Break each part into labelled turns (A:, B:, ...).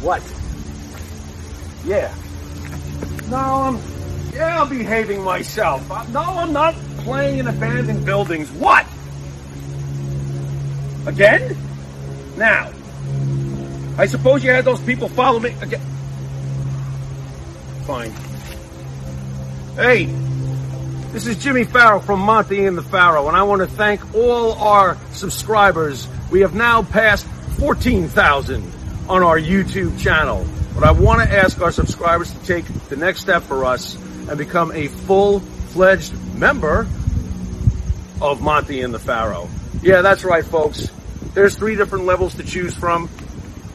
A: What? Yeah. No, I'm. Yeah, I'm behaving myself. Uh, No, I'm not playing in abandoned buildings. What? Again? Now. I suppose you had those people follow me again. Fine. Hey, this is Jimmy Farrow from Monty and the Farrow, and I want to thank all our subscribers. We have now passed 14,000 on our YouTube channel. But I want to ask our subscribers to take the next step for us and become a full-fledged member of Monty and the Pharaoh. Yeah, that's right, folks. There's three different levels to choose from.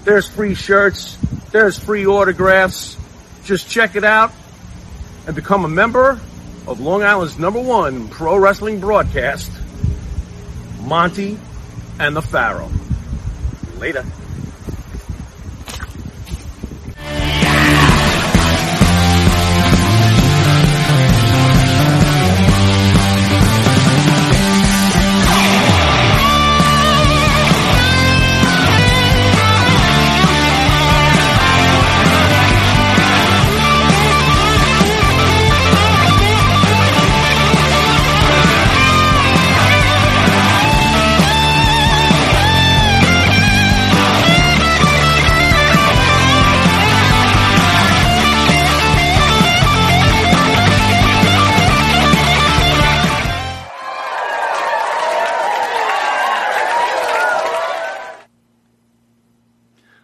A: There's free shirts. There's free autographs. Just check it out and become a member of Long Island's number one pro wrestling broadcast, Monty and the Pharaoh. Later.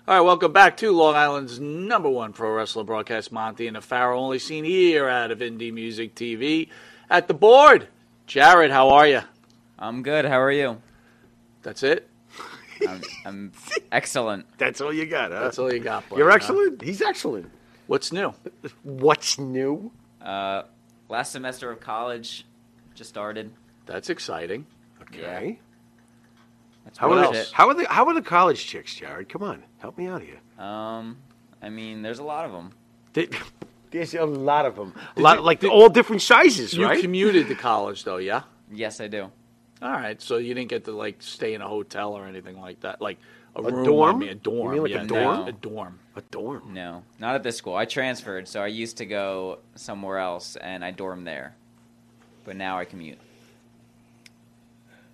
B: All right, welcome back to Long Island's number one pro wrestler broadcast, Monty and the Pharaoh, only seen here out of Indie Music TV. At the board, Jared, how are you?
C: I'm good. How are you?
B: That's it.
C: I'm, I'm excellent.
D: That's all you got, huh?
B: That's all you got. Bud,
D: You're
B: huh?
D: excellent. Uh, He's excellent.
B: What's new?
D: What's new?
C: Uh, last semester of college just started.
B: That's exciting.
D: Okay.
C: That's
D: How,
C: pretty
D: are
B: about
C: much
D: the,
B: else?
C: it.
D: how are the How are the college chicks, Jared? Come on, help me out here.
C: Um, I mean, there's a lot of them.
D: They- There's a lot of them. A lot,
B: you-
D: like
B: did-
D: all different sizes,
B: You
D: right?
B: commuted to college, though, yeah?
C: Yes, I do.
B: All right, so you didn't get to, like, stay in a hotel or anything like that? Like, a, room, I
D: dorm?
B: mean, a
D: You
B: dorm.
D: mean like a
B: yeah, no,
C: dorm?
B: A dorm.
D: a dorm.
C: No, not at this school. I transferred, so I used to go somewhere else and I dorm there, but now I commute.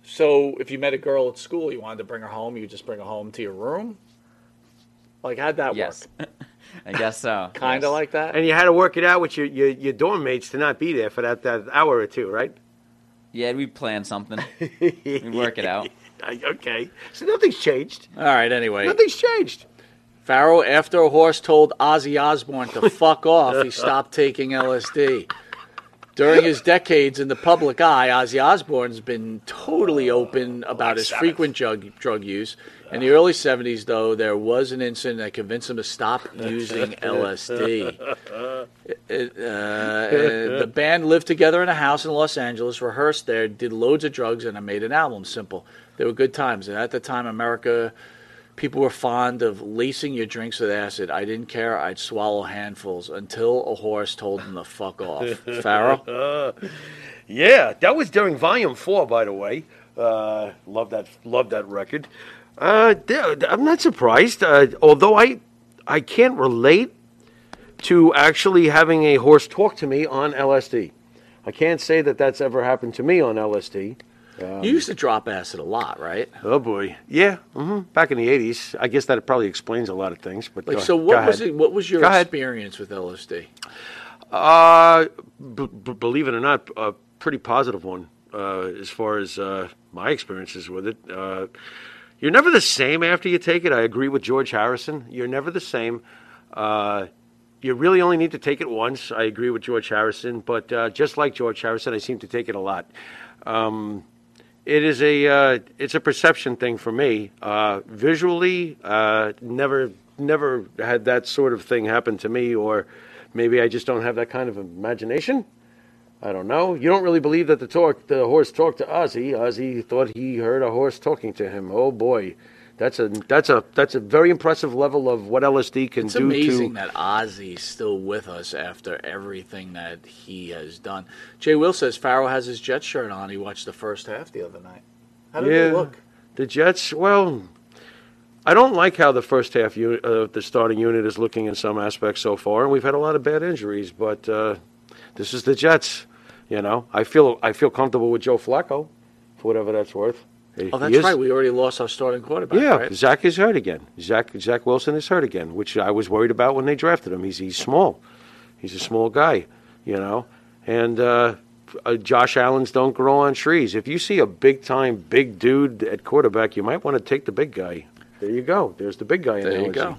B: So if you met a girl at school, you wanted to bring her home, you just bring her home to your room? Like, how'd that
C: Yes,
B: work?
C: I guess so.
B: Kind of
C: Yes.
B: like that?
D: And you had to work it out with your, your, your dorm mates to not be there for that, that hour or two, right?
C: Yeah, we plan something. we work it out.
D: okay. So nothing's changed.
B: All right, anyway.
D: Nothing's changed.
B: Farrow, after a horse told Ozzy Osbourne to fuck off, he stopped taking LSD. During his decades in the public eye, Ozzy Osbourne's been totally open about his frequent drug, drug use. In the early 70s, though, there was an incident that convinced him to stop using LSD. It, uh, uh, the band lived together in a house in Los Angeles, rehearsed there, did loads of drugs, and I made an album. Simple. They were good times. And at the time, America people were fond of lacing your drinks with acid. I didn't care. I'd swallow handfuls until a horse told them to fuck off. Farrell,
D: Yeah, that was during Volume Four, by the way. Uh, love that, love that record. Uh, th- I'm not surprised, uh, although I, I can't relate to actually having a horse talk to me on LSD. I can't say that that's ever happened to me on LSD.
B: you used to drop acid a lot, right?
D: Oh boy, yeah. hmm Back in the '80s, I guess that probably explains a lot of things. But
B: Like,
D: go-
B: so
D: go
B: what was
D: ahead.
B: it? What was your
D: Go ahead.
B: experience with LSD?
D: Uh, b- b- believe it or not, a pretty positive one uh, as far as uh, my experiences with it. Uh, you're never the same after you take it. I agree with George Harrison. You're never the same. Uh, you really only need to take it once. I agree with George Harrison, but uh, just like George Harrison, I seem to take it a lot. Um, it is a uh, it's a perception thing for me. Uh, visually, uh, never never had that sort of thing happen to me, or maybe I just don't have that kind of imagination. I don't know. You don't really believe that the talk the horse talked to Ozzy. Ozzy thought he heard a horse talking to him. Oh boy, that's a that's a that's a very impressive level of what LSD can
B: It's
D: do
B: amazing
D: to.
B: that Ozzy's still with us after everything that he has done. Jay Will says Farrell has his jet shirt on. He watched the first half the other night. How did it look?
D: The Jets, well, I don't like how the first half unit, uh, the starting unit is looking in some aspects so far, and we've had a lot of bad injuries. But uh, this is the Jets, you know. I feel I feel comfortable with Joe Flacco, for whatever that's worth. He-
B: Oh,
D: he
B: that's
D: is-
B: right. We already lost our starting quarterback.
D: yeah,
B: right?
D: Zach is hurt again. Zach Zach Wilson is hurt again, which I was worried about when they drafted him. He's he's small. He's a small guy, you know. And uh, uh, Josh Allen's don't grow on trees. If you see a big time big dude at quarterback, you might want to take the big guy. There you go. There's the big guy.
B: There you
D: analogy.
B: go.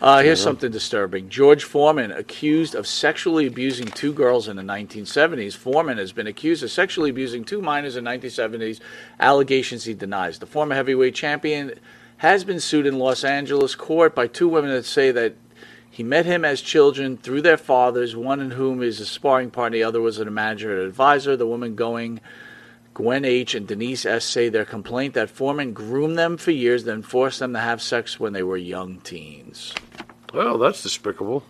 B: Uh, here's something disturbing. George Foreman accused of sexually abusing two girls in the 1970s. Foreman has been accused of sexually abusing two minors in 1970s, allegations he denies. The former heavyweight champion has been sued in Los Angeles court by two women that say that he met him as children through their fathers, one in whom is a sparring partner, the other was a manager and advisor. The woman going Gwen H. and Denise S. say their complaint that Foreman groomed them for years, then forced them to have sex when they were young teens.
D: Well, that's despicable.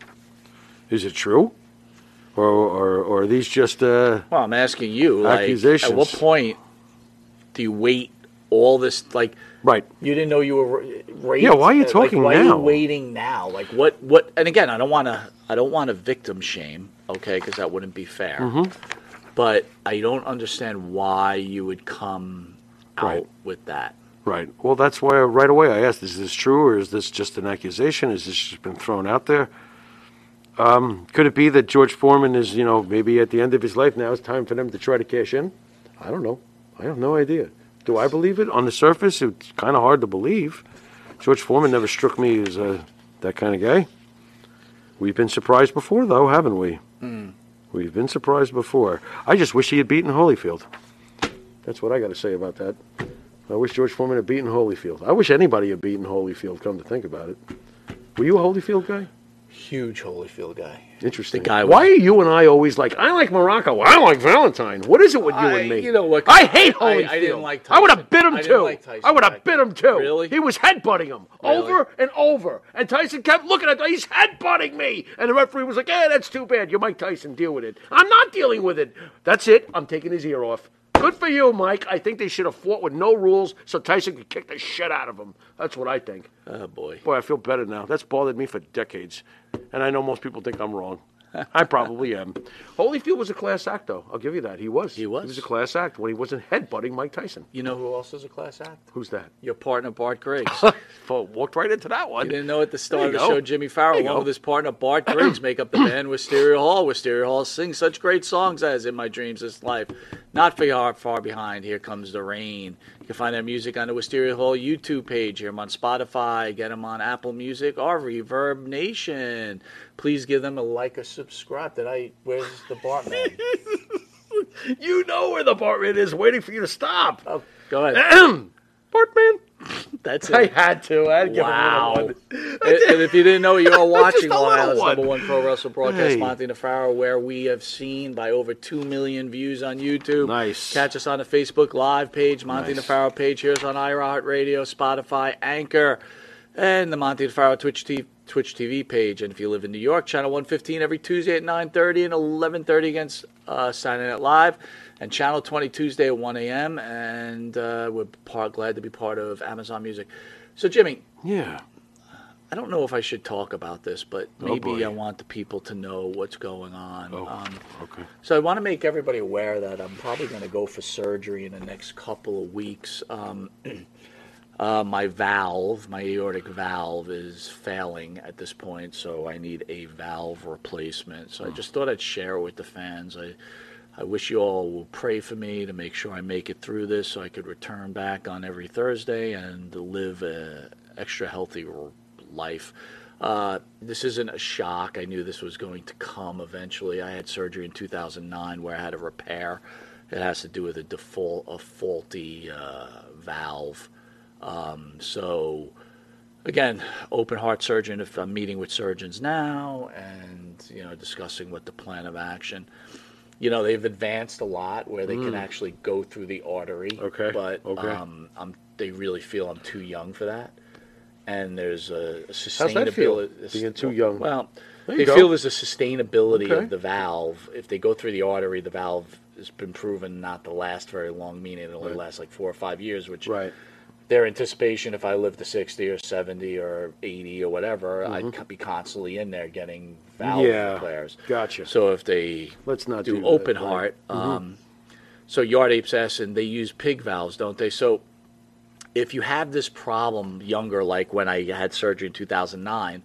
D: Is it true? Or, or, or are these just uh,
B: Well, I'm asking you, like, at what
D: Accusations.
B: point do you wait all this? Like,
D: right?
B: you didn't know you were ra- raped.
D: Yeah, why are you
B: Like,
D: talking
B: why Are
D: now?
B: you waiting now? Like, what? What? And again, I don't want to. I don't want to victim shame. Okay, because that wouldn't be fair.
D: Mm-hmm.
B: But I don't understand why you would come out
D: Right.
B: with that.
D: Right. Well, that's why right away I asked: Is this true, or is this just an accusation? Is this just been thrown out there? Um, could it be that George Foreman is, you know, maybe at the end of his life now? It's time for them to try to cash in. I don't know. I have no idea. Do I believe it? On the surface, it's kind of hard to believe. George Foreman never struck me as uh, that kind of guy. We've been surprised before, though, haven't we? We've been surprised before. I just wish he had beaten Holyfield. That's what I got to say about that. I wish George Foreman had beaten Holyfield. I wish anybody had beaten Holyfield. Come to think about it, were you a Holyfield guy?
B: Huge Holyfield guy.
D: Interesting.
B: The guy was-
D: Why are you and I always like? I like Morocco. I like Valentine. What is it with you
B: I-
D: and me?
B: you know what,
D: I hate
B: I-
D: Holyfield.
B: I didn't like
D: I would have
B: Tyson.
D: bit him
B: I didn't
D: too.
B: like Tyson
D: I would
B: back
D: have bit him too.
B: Really?
D: He was headbutting him
B: Really?
D: over and over, and Tyson kept looking at. He's headbutting me, and the referee was like, "Eh, that's too bad. You're Mike Tyson. Deal with it. I'm not dealing with it. That's it. I'm taking his ear off." Good for you, Mike. I think they should have fought with no rules so Tyson could kick the shit out of him. That's what I think.
B: Oh boy.
D: Boy, I feel better now. That's bothered me for decades. And I know most people think I'm wrong. I probably am. Holyfield was a class act, though. I'll give you that. He was. He
B: was.
D: He was a class act when he wasn't headbutting Mike Tyson.
B: You know who else is a class act?
D: Who's that?
B: Your partner Bart Griggs.
D: Oh, walked right into that one.
B: You didn't know at the
D: There
B: start of
D: you
B: the
D: go.
B: show, Jimmy
D: There
B: Farrell,
D: you
B: along
D: go.
B: with his partner Bart Griggs, make up the band Wisteria Hall. Wisteria Hall sings such great songs as "In My Dreams This Life," "Not Far Far Behind," "Here Comes the Rain." You can find their music on the Wisteria Hall YouTube page. Hear 'em on Spotify. Get them on Apple Music or Reverb Nation. Please give them a like or subscribe. Did I? Where's the Bartman?
D: You know where the Bartman is waiting for you to stop.
B: oh, go ahead.
D: Ahem. Bartman.
B: That's
D: I
B: it.
D: had to. I had to give
B: Wow.
D: him a little one.
B: and, and if you didn't know, you're all watching
D: Just a
B: Long
D: little
B: Island's
D: one.
B: number one pro wrestling broadcast,
D: Hey.
B: Monty Nefaro, where we have seen by over 2 million views on YouTube.
D: Nice.
B: Catch us on the Facebook Live page, Monty
D: Nice.
B: Nefaro page. Here's on iHeartRadio, Spotify, Anchor, and the Monty Nefaro Twitch TV. Twitch TV page, and if you live in New York, Channel 115 every Tuesday at 9:30 and 11:30 against uh, signing it live, and Channel 20 Tuesday at 1 a.m. And uh, we're part, glad to be part of Amazon Music. So, Jimmy,
D: Yeah.
B: I don't know if I should talk about this, but
D: Oh,
B: maybe
D: boy. Oh.
B: I want the people to know what's going on. Um,
D: Okay.
B: so I want to make everybody aware that I'm probably going to go for surgery in the next couple of weeks. Um, uh, my valve, my aortic valve, is failing at this point, so I need a valve replacement. So I just thought I'd share it with the fans. I, I wish you all will pray for me to make sure I make it through this, so I could return back on every Thursday and live a extra healthy r- life. Uh, this isn't a shock. I knew this was going to come eventually. I had surgery in 2009 where I had a repair. It has to do with a default, a faulty uh, valve. Um, so, again, open heart surgeon. If I'm meeting with surgeons now and you know discussing what the plan of action. You know they've advanced a lot where they can actually go through the artery.
D: Mm. Okay,
B: But
D: okay.
B: Um, I'm, they really feel I'm too young for that. And there's a, a
D: How's that feel?
B: sustainability.
D: Being too young.
B: Well,
D: There
B: they
D: you go.
B: feel there's a sustainability
D: Okay.
B: of the valve. If they go through the artery, the valve has been proven not to last very long, meaning it only lasts like four or five years, which
D: Right.
B: their anticipation if I live to 60 or 70 or 80 or whatever, I'd co- be constantly in there getting valve
D: Mm-hmm. Yeah.
B: repairs.
D: Gotcha.
B: So if they
D: Let's not do that,
B: open
D: right. Mm-hmm.
B: heart, um, So yard apes S and they use pig valves, don't they? So if you have this problem younger, like when I had surgery in 2009,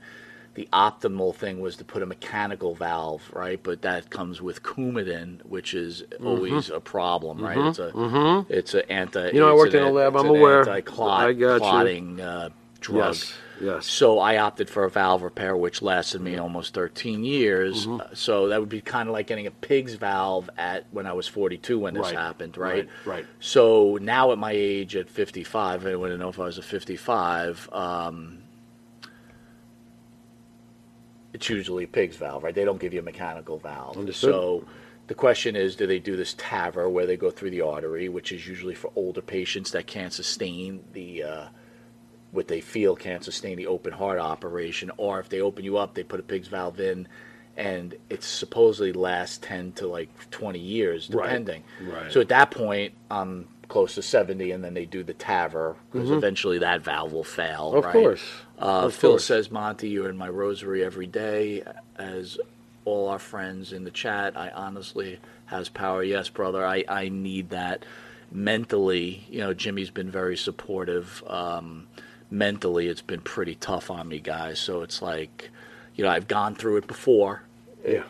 B: the optimal thing was to put a mechanical valve, right? But that comes with Coumadin, which is
D: Mm-hmm.
B: always a problem, right? It's a it's an anti.
D: You know, I
B: it's
D: worked
B: an
D: in a
B: an-
D: lab,
B: it's
D: I'm
B: an
D: aware.
B: Anti-clot
D: I got you.
B: clotting uh, drug.
D: Yes, yes. Mm-hmm.
B: So I opted for a valve repair, which lasted me almost 13 years. Uh, So that would be kind of like getting a pig's valve at when I was 42 when this
D: Right,
B: happened, right?
D: right, right.
B: So now at my age, at 55, I wouldn't know if I was a 55. Um, it's usually a pig's valve, right? They don't give you a mechanical valve.
D: Understood.
B: So the question is, do they do this TAVR where they go through the artery, which is usually for older patients that can't sustain the uh, what they feel can't sustain the open heart operation, or if they open you up, they put a pig's valve in, and it supposedly lasts ten to like twenty years,
D: Right.
B: depending.
D: Right.
B: So at that point, I'm close to seventy, and then they do the TAVR because eventually that valve will fail.
D: Mm-hmm. Of
B: right?
D: course.
B: Uh,
D: Of
B: Phil
D: course.
B: says, Monty, you're in my rosary every day, as all our friends in the chat. I honestly has power. Yes, brother, I, I need that mentally. You know, Jimmy's been very supportive. Um, mentally, it's been pretty tough on me, guys. So it's like, you know, I've gone through it before.
D: Yeah.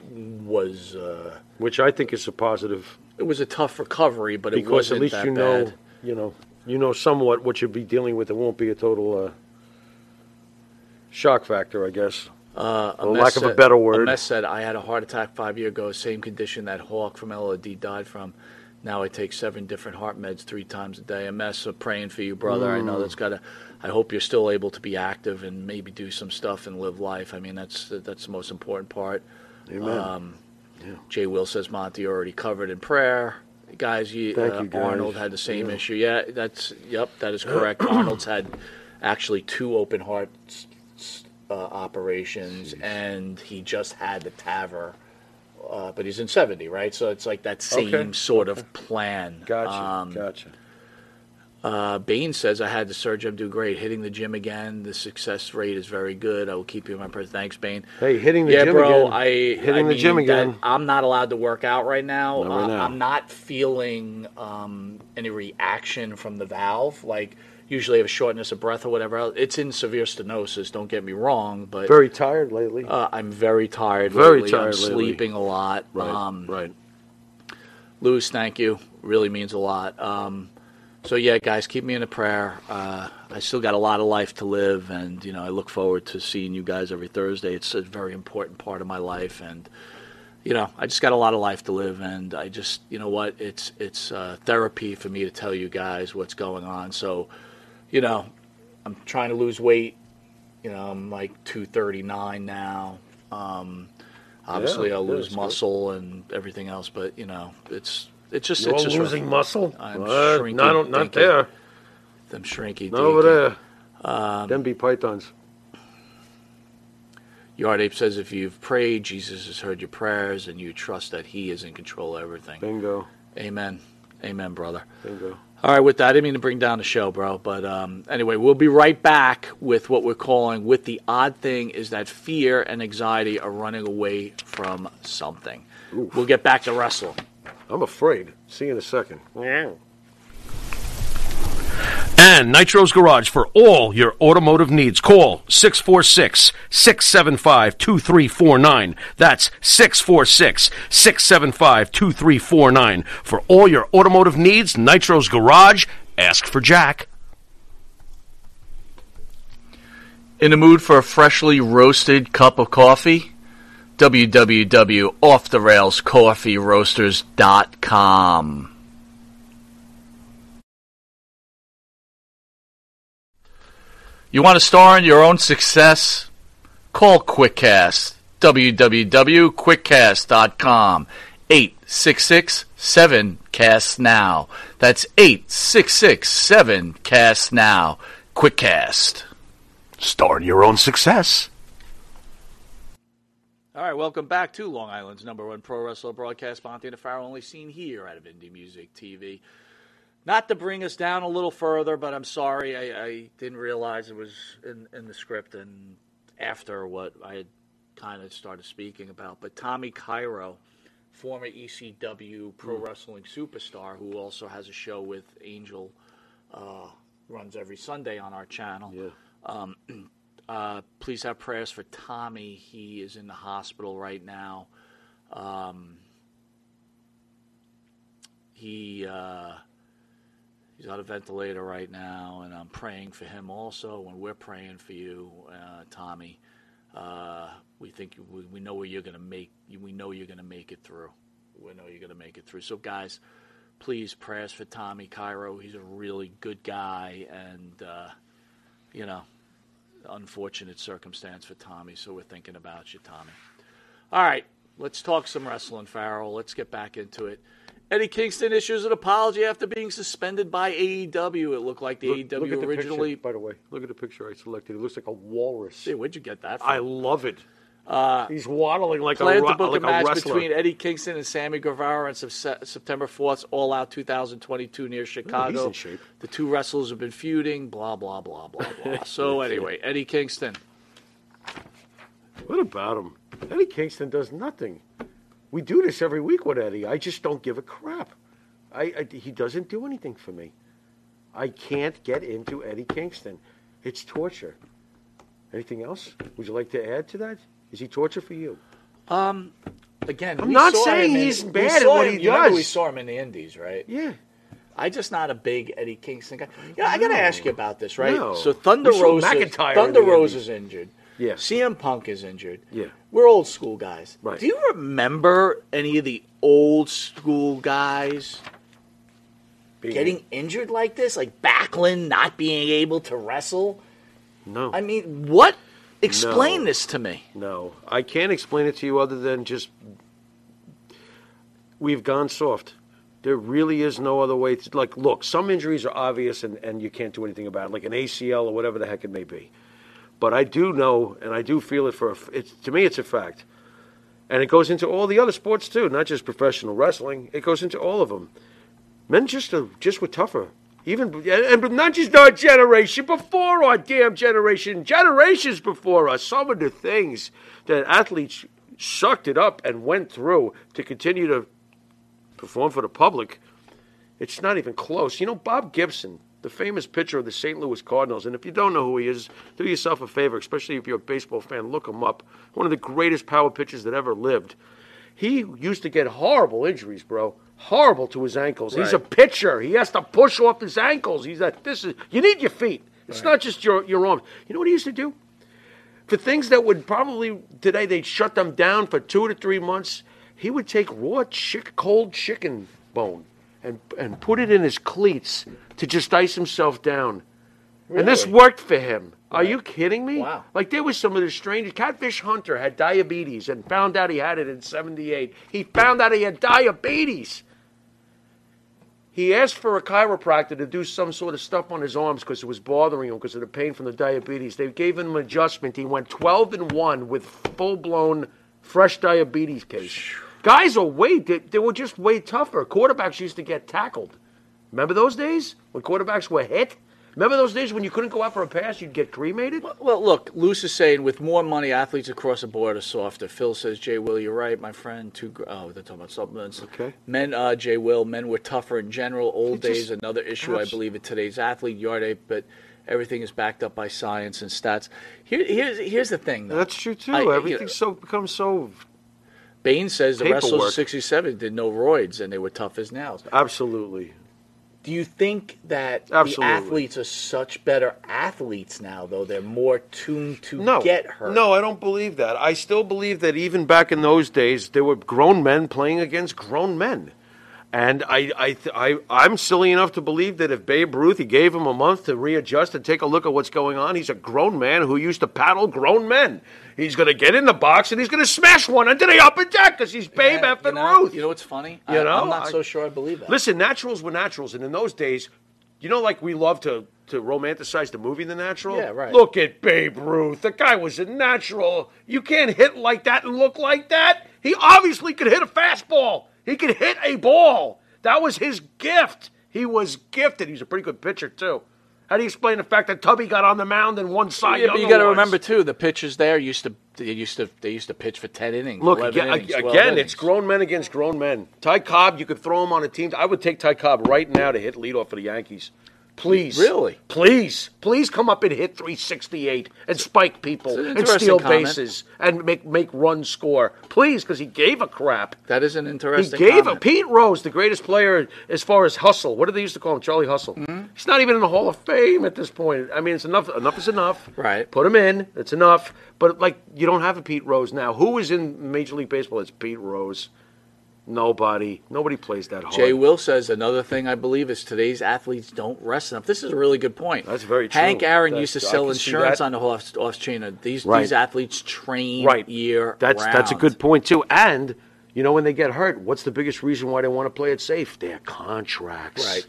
B: Was uh,
D: Which I think is a positive
B: it was a tough recovery, but it
D: because
B: wasn't
D: at least
B: that
D: you
B: bad.
D: know, you know, you know somewhat what you'll be dealing with. It won't be a total uh, shock factor, I guess.
B: A
D: For
B: mess
D: lack of a
B: said-
D: better word.
B: Mess said, I had a heart attack five years ago, same condition that Hawk from LOD died from. Now I take seven different heart meds three times a day. MS, so praying for you, brother. I
D: Mm.
B: know that's got to. I hope you're still able to be active and maybe do some stuff and live life. I mean, that's that's the most important part.
D: Amen.
B: um, Jay Will says Monty already covered in prayer. Guys, you,
D: Thank
B: uh,
D: you, guys.
B: Arnold had the same issue. Yeah, that's yep, that is correct. Arnold's had actually two open heart s- s- uh, operations, and he just had the TAVR. Uh, but he's in 70, right? So it's like that same
D: Okay,
B: sort of plan.
D: gotcha.
B: Um,
D: gotcha.
B: uh, Bain says, I had the surgery. I'm doing great. Hitting the gym again. The success rate is very good. I will keep you in my prayers. Thanks, Bain.
D: Hey, hitting the
B: yeah,
D: gym
B: bro,
D: again.
B: I,
D: Hitting
B: I
D: the gym
B: mean, that-
D: again.
B: I'm not allowed to work out right now.
D: No, we're
B: Uh,
D: not.
B: I'm not feeling um, any reaction from the valve. Like, usually I have shortness of breath or whatever. else. It's in severe stenosis, don't get me wrong, but
D: Very tired lately.
B: uh, I'm very tired.
D: Very
B: lately. I'm
D: tired lately.
B: sleeping a lot.
D: right.
B: Um,
D: right.
B: Luz, thank you. Really means a lot. Um, so yeah, guys, keep me in a prayer. Uh, I still got a lot of life to live, and you know I look forward to seeing you guys every Thursday. It's a very important part of my life, and you know I just got a lot of life to live, and I just you know what it's it's uh, therapy for me to tell you guys what's going on. So you know I'm trying to lose weight. You know I'm like 239 now. Um, obviously
D: Yeah,
B: I'll
D: yeah,
B: lose
D: that's good.
B: muscle and everything else, but you know it's it's just
D: You're
B: it's just
D: losing muscle.
B: I'm
D: Uh,
B: shrinking,
D: not not
B: thank you.
D: there.
B: them shrinky.
D: Not over
B: dinky.
D: there.
B: Um,
D: Them be pythons.
B: Yard Ape says, if you've prayed, Jesus has heard your prayers, and you trust that He is in control of everything.
D: Bingo.
B: Amen. Amen, brother.
D: Bingo.
B: All right, with that, I didn't mean to bring down the show, bro. But um, anyway, we'll be right back with what we're calling with the odd thing is that fear and anxiety are running away from something. We'll get back to wrestling.
D: I'm afraid. See you in a second.
A: and Nitro's Garage for all your automotive needs. Call 646 675 2349. That's 646 675 2349. For all your automotive needs, Nitro's Garage, ask for Jack.
B: In the mood for a freshly roasted cup of coffee? www.offtherailscoffeeroasters.com. You want to star in your own success? Call QuickCast. www.quickcast.com. 8667-CAST NOW. That's 8667-CAST NOW. QuickCast.
A: Start your own success.
B: All right, welcome back to Long Island's number one pro wrestler broadcast, Monty Nefaro, only seen here out of Indie Music TV. Not to bring us down a little further, but I'm sorry, I, I didn't realize it was in, in the script and after what I had kind of started speaking about. But Tommy Cairo former ECW pro wrestling superstar who also has a show with Angel, uh, runs every Sunday on our channel.
D: Yeah.
B: Uh, please have prayers for Tommy. He is in the hospital right now. Um, he uh, he's on a ventilator right now, and I'm praying for him also. And we're praying for you, uh, Tommy. Uh, we think you, we, we know where you're gonna make. We know you're gonna make it through. We know you're gonna make it through. So, guys, please prayers for Tommy Cairo. He's a really good guy, and uh, you know unfortunate circumstance for Tommy, so we're thinking about you, Tommy. All right, let's talk some wrestling, Farrell. Let's get back into it. Eddie Kingston issues an apology after being suspended by AEW. It looked like the AEW
D: at the
B: E originally.
D: picture, by the way. Look at the picture I selected. It looks like a walrus.
B: Hey, where'd you get that
D: I
B: from?
D: love it. He's waddling like a,
B: Planned
D: ru-
B: to Uh, book
D: like
B: a match
D: wrestler.
B: between Eddie Kingston and Sammy Guevara on Sep- September 4th, All Out 2022 near Chicago.
D: in shape.
B: The two wrestlers have been feuding, blah, blah, blah, blah, blah. so, anyway, Eddie Kingston.
D: What about him? Eddie Kingston does nothing. We do this every week with Eddie. I just don't give a crap. I, I he doesn't do anything for me. I can't get into Eddie Kingston. It's torture. Anything else? Would you like to add to that? Is he torture for you?
B: Again,
D: I'm
B: we
D: not
B: saw
D: saying
B: him in-
D: he's
B: we
D: bad at
B: saw
D: what
B: him-
D: he
B: you remember
D: does.
B: We saw him in the Indies, right?
D: Yeah.
B: I just not a big Eddie Kingston guy. Yeah, I got to ask you about this, right?
D: No.
B: So Thunder
D: We saw
B: Rose, is,
D: McIntyre
B: Thunder
D: in the
B: Rose
D: Indies.
B: is injured.
D: Yeah.
B: CM Punk is injured.
D: Yeah.
B: We're old school guys.
D: Right.
B: Do you remember any of the old school guys
D: Being-
B: getting injured like this, like Backlund not being able to wrestle?
D: no.
B: I mean, what? Explain
D: No.
B: this to me.
D: No, I can't explain it to you other than just we've gone soft. There really is no other way. To, like, look, some injuries are obvious and, and you can't do anything about it, like an ACL or whatever the heck it may be. But I do know, and I do feel it for a f it's, to me, it's a fact. And it goes into all the other sports too, not just professional wrestling. It goes into all of them. Men just are, just were tougher. Even and- and but not just our generation, before our damn generation, generations before us. Some of the things that athletes sucked it up and went through to continue to perform for the public, it's not even close. You know, Bob Gibson, the famous pitcher of the St. Louis Cardinals, and if you don't know who he is, do yourself a favor, especially if you're a baseball fan, look him up. One of the greatest power pitchers that ever lived. He used to get horrible injuries, bro. Horrible to his ankles. He's a
B: Right.
D: pitcher. He has to push off his ankles. He's that this is you need your feet. It's not just your your arms. You know what he used to do? for things that would probably today they'd shut them down for two to three months. He would take raw chick, cold chicken bone and and put it in his cleats to just ice himself down. And this worked for him. Are you kidding me?
B: Wow.
D: Like there was some of the strangest. Catfish Hunter had diabetes and found out he had it in '78. He found out he had diabetes. He asked for a chiropractor to do some sort of stuff on his arms because it was bothering him because of the pain from the diabetes. They gave him an adjustment. He went 12 and 1 with full blown fresh diabetes case. Guys are way, they, they were just way tougher. Quarterbacks used to get tackled. Remember those days when quarterbacks were hit? Remember those days when you couldn't go out for a pass, you'd get cremated?
B: Well, look, Luce is saying with more money, athletes across the board are softer. Phil says, Jay Will, you're right, my friend. Two, gr- oh, they're talking about supplements.
D: Okay.
B: Men, uh, Jay Will, men were tougher in general. Old
D: They
B: days,
D: just-
B: another issue, I
D: Abs-
B: believe, in today's athlete yard ape, but everything is backed up by science and stats. Here, here's, here's the thing, though. I- you know,
D: so becomes so
B: Bain says the wrestlers
D: paperwork.
B: of 67 did no roids and they were tough as nails.
D: absolutely.
B: Do you think that
D: Absolutely.
B: the athletes are such better athletes now, though? They're more tuned to
D: no,
B: get hurt.
D: No, I don't believe that. I still believe that even back in those days, there were grown men playing against grown men. And I, I, th- I, I'm silly enough to believe that if Babe Ruth, he gave him a month to readjust and take a look at what's going on, he's a grown man who used to paddle grown men. He's going to get in the box and he's going to smash one under the upper deck because he's Babe
B: Yeah,
D: effing
B: you know,
D: Ruth.
B: You know what's funny?
D: You
B: I,
D: know,
B: I'm not
D: I-
B: so sure I believe that.
D: Listen, naturals were naturals, and in those days, you know, like we love to to romanticize the movie The Natural.
B: Yeah, right.
D: Look at Babe Ruth. The guy was a natural. You can't hit like that and look like that. He obviously could hit a fastball. He could hit a ball. That was his gift. He was gifted. He's a pretty good pitcher too. How do you explain the fact that Tubby got on the mound and one side?
B: yeah, but you got to remember too, the pitchers there used to They used to they used to pitch for ten innings.
D: Look
B: 11
D: again,
B: innings, 12
D: again it's
B: innings.
D: grown men against grown men. Ty Cobb, you could throw him on a team. I would take Ty Cobb right now to hit leadoff for the Yankees. Please,
B: Really?
D: please, please come up and hit 368 and spike people
B: It's an
D: and
B: interesting
D: steal
B: comment.
D: bases and make make runs score. Please, because he gave a crap.
B: That is an
D: He
B: interesting.
D: gave a
B: comment.
D: Pete Rose, the greatest player as far as hustle. What did they used to call him, Charlie Hustle?
B: Hmm?
D: He's not even in the Hall of Fame at this point. I mean, it's enough. Enough is enough.
B: Right.
D: Put him in. It's enough. But like, you don't have a Pete Rose now. Who is in Major League Baseball? It's Pete Rose. Nobody. Nobody plays that hard.
B: Jay Will says another thing I believe is today's athletes don't rest enough. This is a really good point.
D: That's very true.
B: Hank Aaron
D: That-
B: used to
D: I
B: sell
D: can see
B: insurance
D: that.
B: on the horse, horse trainer. These
D: Right.
B: these athletes train
D: right
B: year
D: That's that's a
B: round.
D: good point too. And you know when they get hurt, what's the biggest reason why they want to play it safe? Their contracts.
B: Right.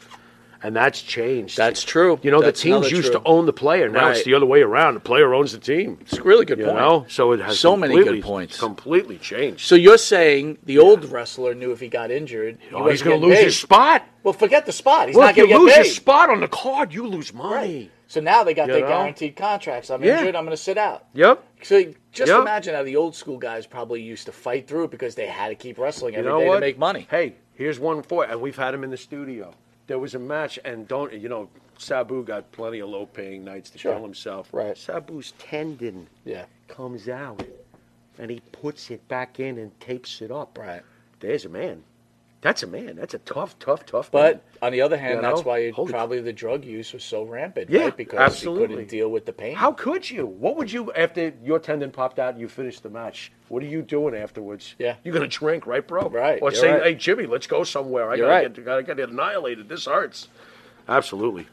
D: And that's changed.
B: That's true.
D: You know,
B: That's
D: the teams
B: another
D: used
B: true.
D: to own the player. Now it's
B: Right.
D: the other way around. The player owns the team.
B: It's a really good
D: You
B: point.
D: know, so it has
B: so many good
D: completely-
B: points.
D: Completely changed.
B: So you're saying the old wrestler knew if he got injured, he
D: Oh, he's
B: going to
D: lose his spot.
B: Well, forget the spot. He's
D: Well,
B: not
D: if you
B: going to get
D: lose
B: paid.
D: your spot on the card, you lose money.
B: Right. So now they got
D: You
B: their
D: know?
B: guaranteed contracts. I'm
D: Yeah.
B: injured. I'm going to sit out.
D: Yep.
B: So just
D: Yeah.
B: imagine how the old school guys probably used to fight through it because they had to keep wrestling every
D: You
B: day
D: know what?
B: to make money.
D: Hey, here's one for and we've had him in the studio. There was a match, and don't you know, Sabu got plenty of low-paying nights to
B: Sure.
D: kill himself.
B: Right.
D: Sabu's tendon
B: Yeah.
D: comes out, and he puts it back in and tapes it up.
B: Right.
D: There's a man. That's a man. That's a tough, tough, tough. man.
B: But on the other hand,
D: You
B: that's
D: know?
B: why it,
D: Holy-
B: probably the drug use was so rampant,
D: Yeah,
B: right? Because
D: absolutely.
B: he couldn't deal with the pain.
D: How could you? What would you after your tendon popped out and you finished the match? What are you doing afterwards?
B: Yeah.
D: you're gonna drink, right, bro?
B: Right,
D: Or
B: you're
D: say,
B: right.
D: hey, Jimmy, let's go somewhere. I
B: You're
D: gotta
B: right.
D: get, gotta get annihilated. This hurts. Absolutely,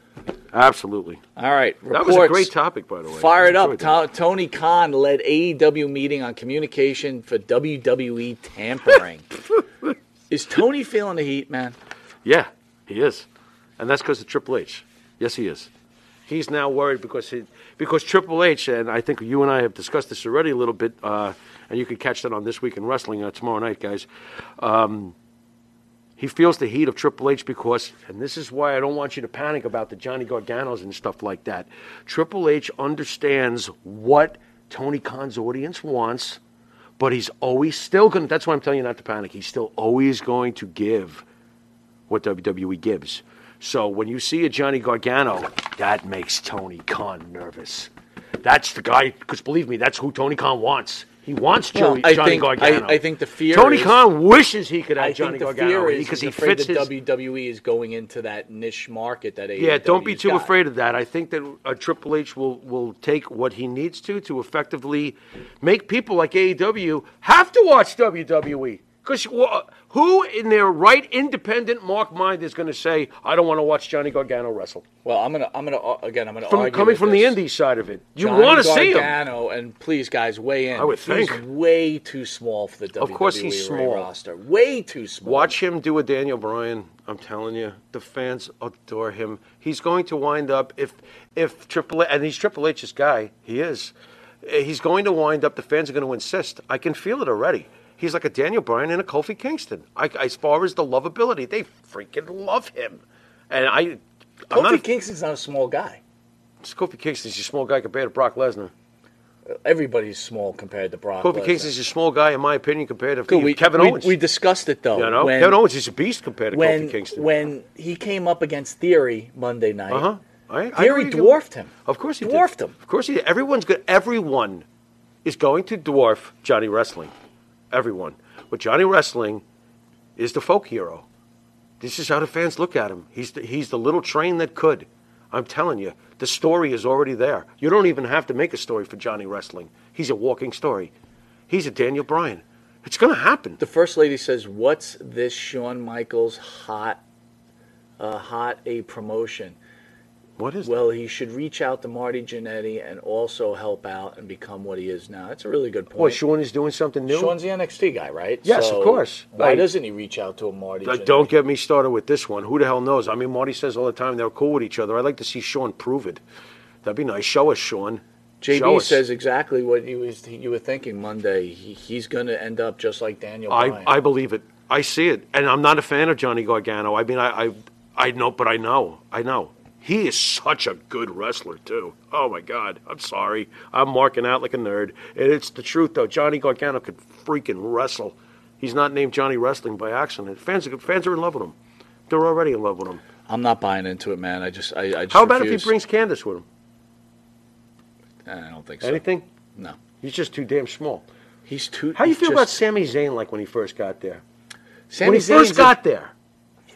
D: absolutely.
B: All right,
D: That
B: reports.
D: was a great topic, by the way.
B: Fire
D: I
B: it up.
D: enjoyed that.
B: To- Tony Khan led AEW meeting on communication for WWE tampering. Is Tony feeling the heat, man?
D: Yeah, he is, and that's because of Triple H. Yes, he is. He's now worried because he, because Triple H and I think you and I have discussed this already a little bit, uh, and you can catch that on this week in wrestling uh, tomorrow night, guys. Um, he feels the heat of Triple H because, and this is why I don't want you to panic about the Johnny Garganos and stuff like that. Triple H understands what Tony Khan's audience wants, but he's always still going. to That's why I'm telling you not to panic. He's still always going to give what WWE gives. So when you see a Johnny Gargano, that makes Tony Khan nervous. That's the guy, because believe me, that's who Tony Khan wants. He wants
B: Well,
D: Joey,
B: I
D: Johnny
B: think- I-
D: Gargano.
B: I think the fear
D: Tony
B: is-
D: Khan wishes he could have
B: I
D: Johnny
B: think the
D: Gargano
B: fear is
D: because
B: he's
D: he
B: afraid
D: fits
B: that
D: his.
B: WWE is going into that niche market that E AEW.
D: yeah, don't be too afraid of that. I think that uh, Triple H will will take what he needs to to effectively make people like AEW have to watch WWE. Because who in their right independent mark mind is going to say, I don't want to watch Johnny Gargano wrestle?
B: Well, I'm gonna, I'm gonna, uh, again, I'm gonna
D: from
B: argue
D: coming
B: with
D: from
B: this.
D: the indie side of it. You
B: Johnny
D: want to see him.
B: Gargano, and please, guys, weigh in.
D: I would
B: He's
D: think.
B: way too small for the WWE
D: Of course he's small.
B: roster. Way too small.
D: Watch him do a Daniel Bryan. I'm telling you, the fans adore him. He's going to wind up if if Triple H, and he's Triple H's guy. He is. Eh, He's going to wind up. The fans are going to insist. I can feel it already. He's like a Daniel Bryan and a Kofi Kingston. I, as far as the lovability, they freaking love him. And I, I'm not.
B: Kofi
D: a-
B: Kingston's not a small guy.
D: Kofi Kingston's a small guy compared to Brock Lesnar.
B: Everybody's small compared to Brock.
D: Kofi
B: Lesnar.
D: Kingston's a small guy, in my opinion, compared to
B: Dude, we,
D: Kevin
B: we,
D: Owens.
B: We discussed it though.
D: You know,
B: when,
D: Kevin Owens is a beast compared to
B: when,
D: Kofi Kingston.
B: when he came up against Theory Monday night,
D: uh huh. I, I
B: Theory
D: agree with you.
B: dwarfed him.
D: Of course he
B: dwarfed
D: did.
B: him.
D: Of course he did. Everyone's good. Everyone is going to dwarf Johnny Wrestling. Everyone, but Johnny Wrestling is the folk hero. This is how the fans look at him. He's the, he's the little train that could. I'm telling you, the story is already there. You don't even have to make a story for Johnny Wrestling. He's a walking story. He's a Daniel Bryan. It's going to happen.
B: The first lady says, "What's this Shawn Michaels hot, uh, hot a promotion?"
D: What is
B: Well, he should reach out to Marty Jannetty and also help out and become what he is now. That's a really good point.
D: Boy, Sean is doing something new.
B: Sean's the NXT guy, right?
D: Yes, of course.
B: Why
D: Like-
B: doesn't he reach out to a Marty?
D: Uh,
B: Jannetty?
D: don't get me started with this one. Who the hell knows? I mean, Marty says all the time they're cool with each other. I'd like to see Sean prove it. That'd be nice. Show us, Sean. Show
B: JB
D: us.
B: says exactly what you was you were thinking Monday. He, he's going to end up just like Daniel
D: I,
B: Bryan.
D: I believe it. I see it. And I'm not a fan of Johnny Gargano. I mean, I, I, I know, but I know. I know. He is such a good wrestler too. Oh my God, I'm sorry, I'm marking out like a nerd, and it's the truth though. Johnny Gargano could freaking wrestle. He's not named Johnny Wrestling by accident. Fans are fans are in love with him. They're already in love with him.
B: I'm not buying into it, man. I just, I, I just
D: How about if
B: refuse.
D: he brings Candace with him?
B: I don't think so.
D: Anything?
B: No,
D: He's just too damn small.
B: he's too.
D: How do you
B: he's
D: feel about
B: just-
D: Sami Zayn like when he first got there?
B: Sami
D: when he first
B: Zayn's a-
D: got there,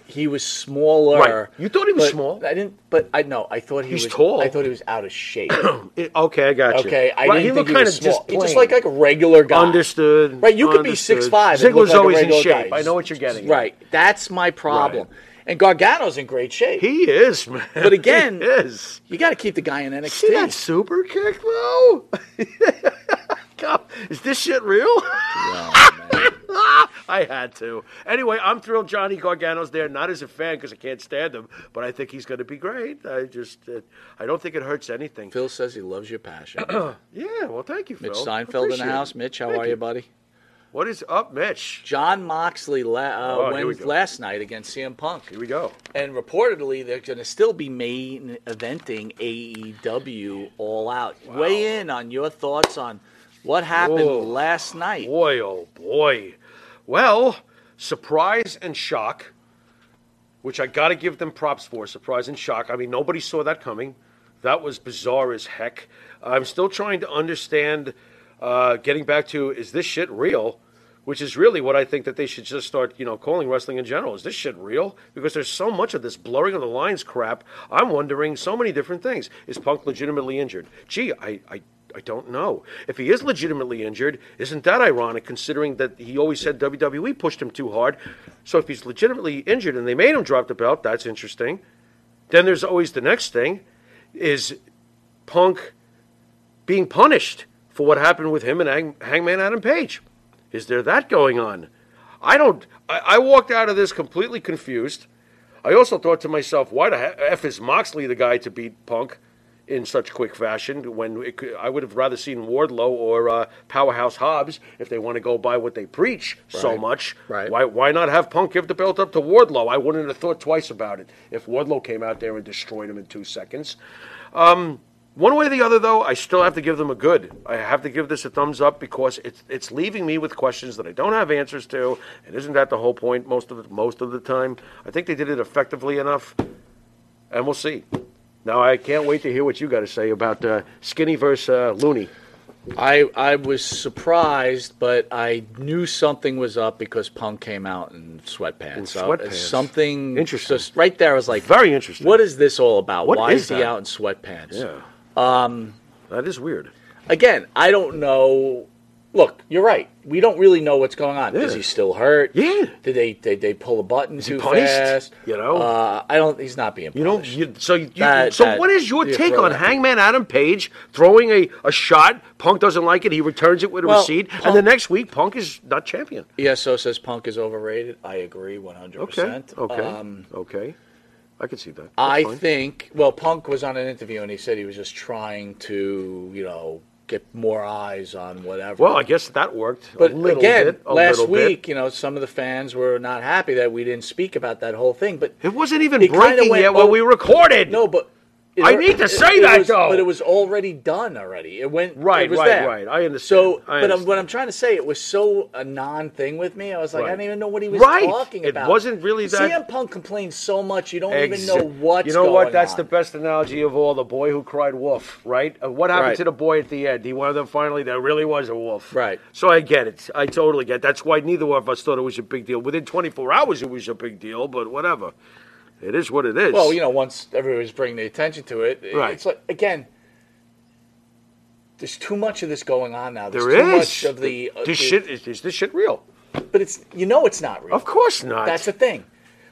B: he was smaller.
D: Right. You thought he was
B: but
D: small.
B: I didn't, but I know. I thought he
D: He's
B: was
D: tall.
B: I thought he was out of shape.
D: It- okay, I got you.
B: Okay, I
D: Right,
B: didn't think
D: looked
B: he was
D: kinda
B: small. He just
D: plain.
B: like like a regular guy.
D: Understood.
B: Right, you could be
D: understood.
B: six five.
D: Ziggler's always in shape. I know what you're getting. at.
B: Right, that's my problem. And Gargano's in great shape.
D: He is, man.
B: But again-
D: he is.
B: you got to keep the guy in NXT.
D: See that super kick though? God, is this shit real? I had to. Anyway, I'm thrilled Johnny Gargano's there, not as a fan because I can't stand him, but I think he's going to be great. I just, uh, I don't think it hurts anything.
B: Phil says he loves your passion.
D: Yeah, well, thank you, Phil.
B: Mitch
D: I
B: Seinfeld in the
D: appreciate
B: house.
D: it.
B: Mitch, how
D: Thank
B: are you, buddy?
D: What is up, Mitch?
B: John Moxley la- uh,
D: Oh, here we
B: wins
D: go.
B: last night against CM Punk.
D: Here we go.
B: And reportedly, they're going to still be main eventing AEW All Out. Weigh in on your thoughts on what happened
D: Whoa.
B: last night.
D: Boy, oh boy. Well, surprise and shock, which I got to give them props for. Surprise and shock. I mean, nobody saw that coming. That was bizarre as heck. I'm still trying to understand. Uh, getting back to is this shit real? Which is really what I think that they should just start, you know, calling wrestling in general. Is this shit real? Because there's so much of this blurring of the lines crap. I'm wondering so many different things. Is Punk legitimately injured? Gee, I, I I don't know. If he is legitimately injured, isn't that ironic considering that he always said WWE pushed him too hard? So if he's legitimately injured and they made him drop the belt, that's interesting. Then there's always the next thing is Punk being punished for what happened with him and Hang- Hangman Adam Page. Is there that going on? I don't. I, I walked out of this completely confused. I also thought to myself, why the he- f is Moxley the guy to beat Punk in such quick fashion? When it could, I would have rather seen Wardlow or uh, Powerhouse Hobbs if they want to go by what they preach so much.
B: Right.
D: Why why not have Punk give the belt up to Wardlow? I wouldn't have thought twice about it if Wardlow came out there and destroyed him in two seconds. One way or the other, though, I still have to give them a good. I have to give this a thumbs up because it's it's leaving me with questions that I don't have answers to. And isn't that the whole point most of the, most of the time? I think they did it effectively enough, and we'll see. Now I can't wait to hear what you got to say about uh, Skinny versus uh, Looney.
B: I, I was surprised, but I knew something was up because Punk came out in sweatpants.
D: In
B: So, uh,
D: sweatpants.
B: Something
D: Interesting.
B: Just right there, I was like,
D: Very interesting.
B: What is this all about?
D: What
B: Why
D: is
B: is, he
D: that?
B: out in sweatpants? Um,
D: that is weird.
B: again, I don't know. Look, you're right. We don't really know what's going on. Is
D: Yeah.
B: he still hurt?
D: Yeah.
B: Did they did they pull a button too
D: punished?
B: fast?
D: You know?
B: Uh, I don't. He's not being.
D: You know,
B: Punished.
D: you, so you,
B: That-
D: so
B: that-
D: what is your
B: yeah,
D: take
B: throw
D: on
B: that.
D: Hangman Adam Page throwing a, a shot? Punk doesn't like it. He returns it with a
B: Well,
D: receipt,
B: Punk-
D: and the next week Punk is not champion.
B: ESO says Punk is overrated. I agree 100.
D: Okay.
B: percent
D: Okay.
B: Um,
D: okay. I can see that. That's
B: I
D: fine.
B: think. Well, Punk was on an interview and he said he was just trying to, you know, get more eyes on whatever.
D: Well, I guess that worked.
B: But
D: a little
B: again,
D: bit, a
B: last
D: little bit.
B: week, you know, some of the fans were not happy that we didn't speak about that whole thing. But
D: it wasn't even
B: it kinda
D: breaking
B: went,
D: yet when
B: oh,
D: we recorded.
B: No, but
D: I need to say
B: it
D: that,
B: was-
D: though.
B: But it was already done already. It went
D: Right,
B: It was
D: right,
B: there.
D: right. I understand.
B: So,
D: I
B: but I'm,
D: understand.
B: what I'm trying to say, it was so a non thing with me. I was like,
D: Right.
B: I didn't even know what he was
D: Right.
B: talking
D: It
B: about.
D: wasn't really that-
B: CM Punk complains so much, you don't
D: Exa-
B: even know what's.
D: You know
B: going
D: what? That's
B: on.
D: the best analogy of all. The boy who cried wolf. Right. Uh, What happened
B: Right.
D: to the boy at the end? He wanted them finally. There really was a wolf.
B: Right.
D: So I get it. I totally get. It. That's why neither of us thought it was a big deal. Within 24 hours, it was a big deal. But whatever. It is what it is.
B: Well, you know, once everybody's bringing the attention to it, it-
D: Right.
B: it's like again. There's too much of this going on now. There's
D: There
B: too
D: is.
B: much of the, uh,
D: this
B: the-
D: shit is, is this shit real?
B: but it's you know it's not real.
D: Of course not.
B: That's the thing.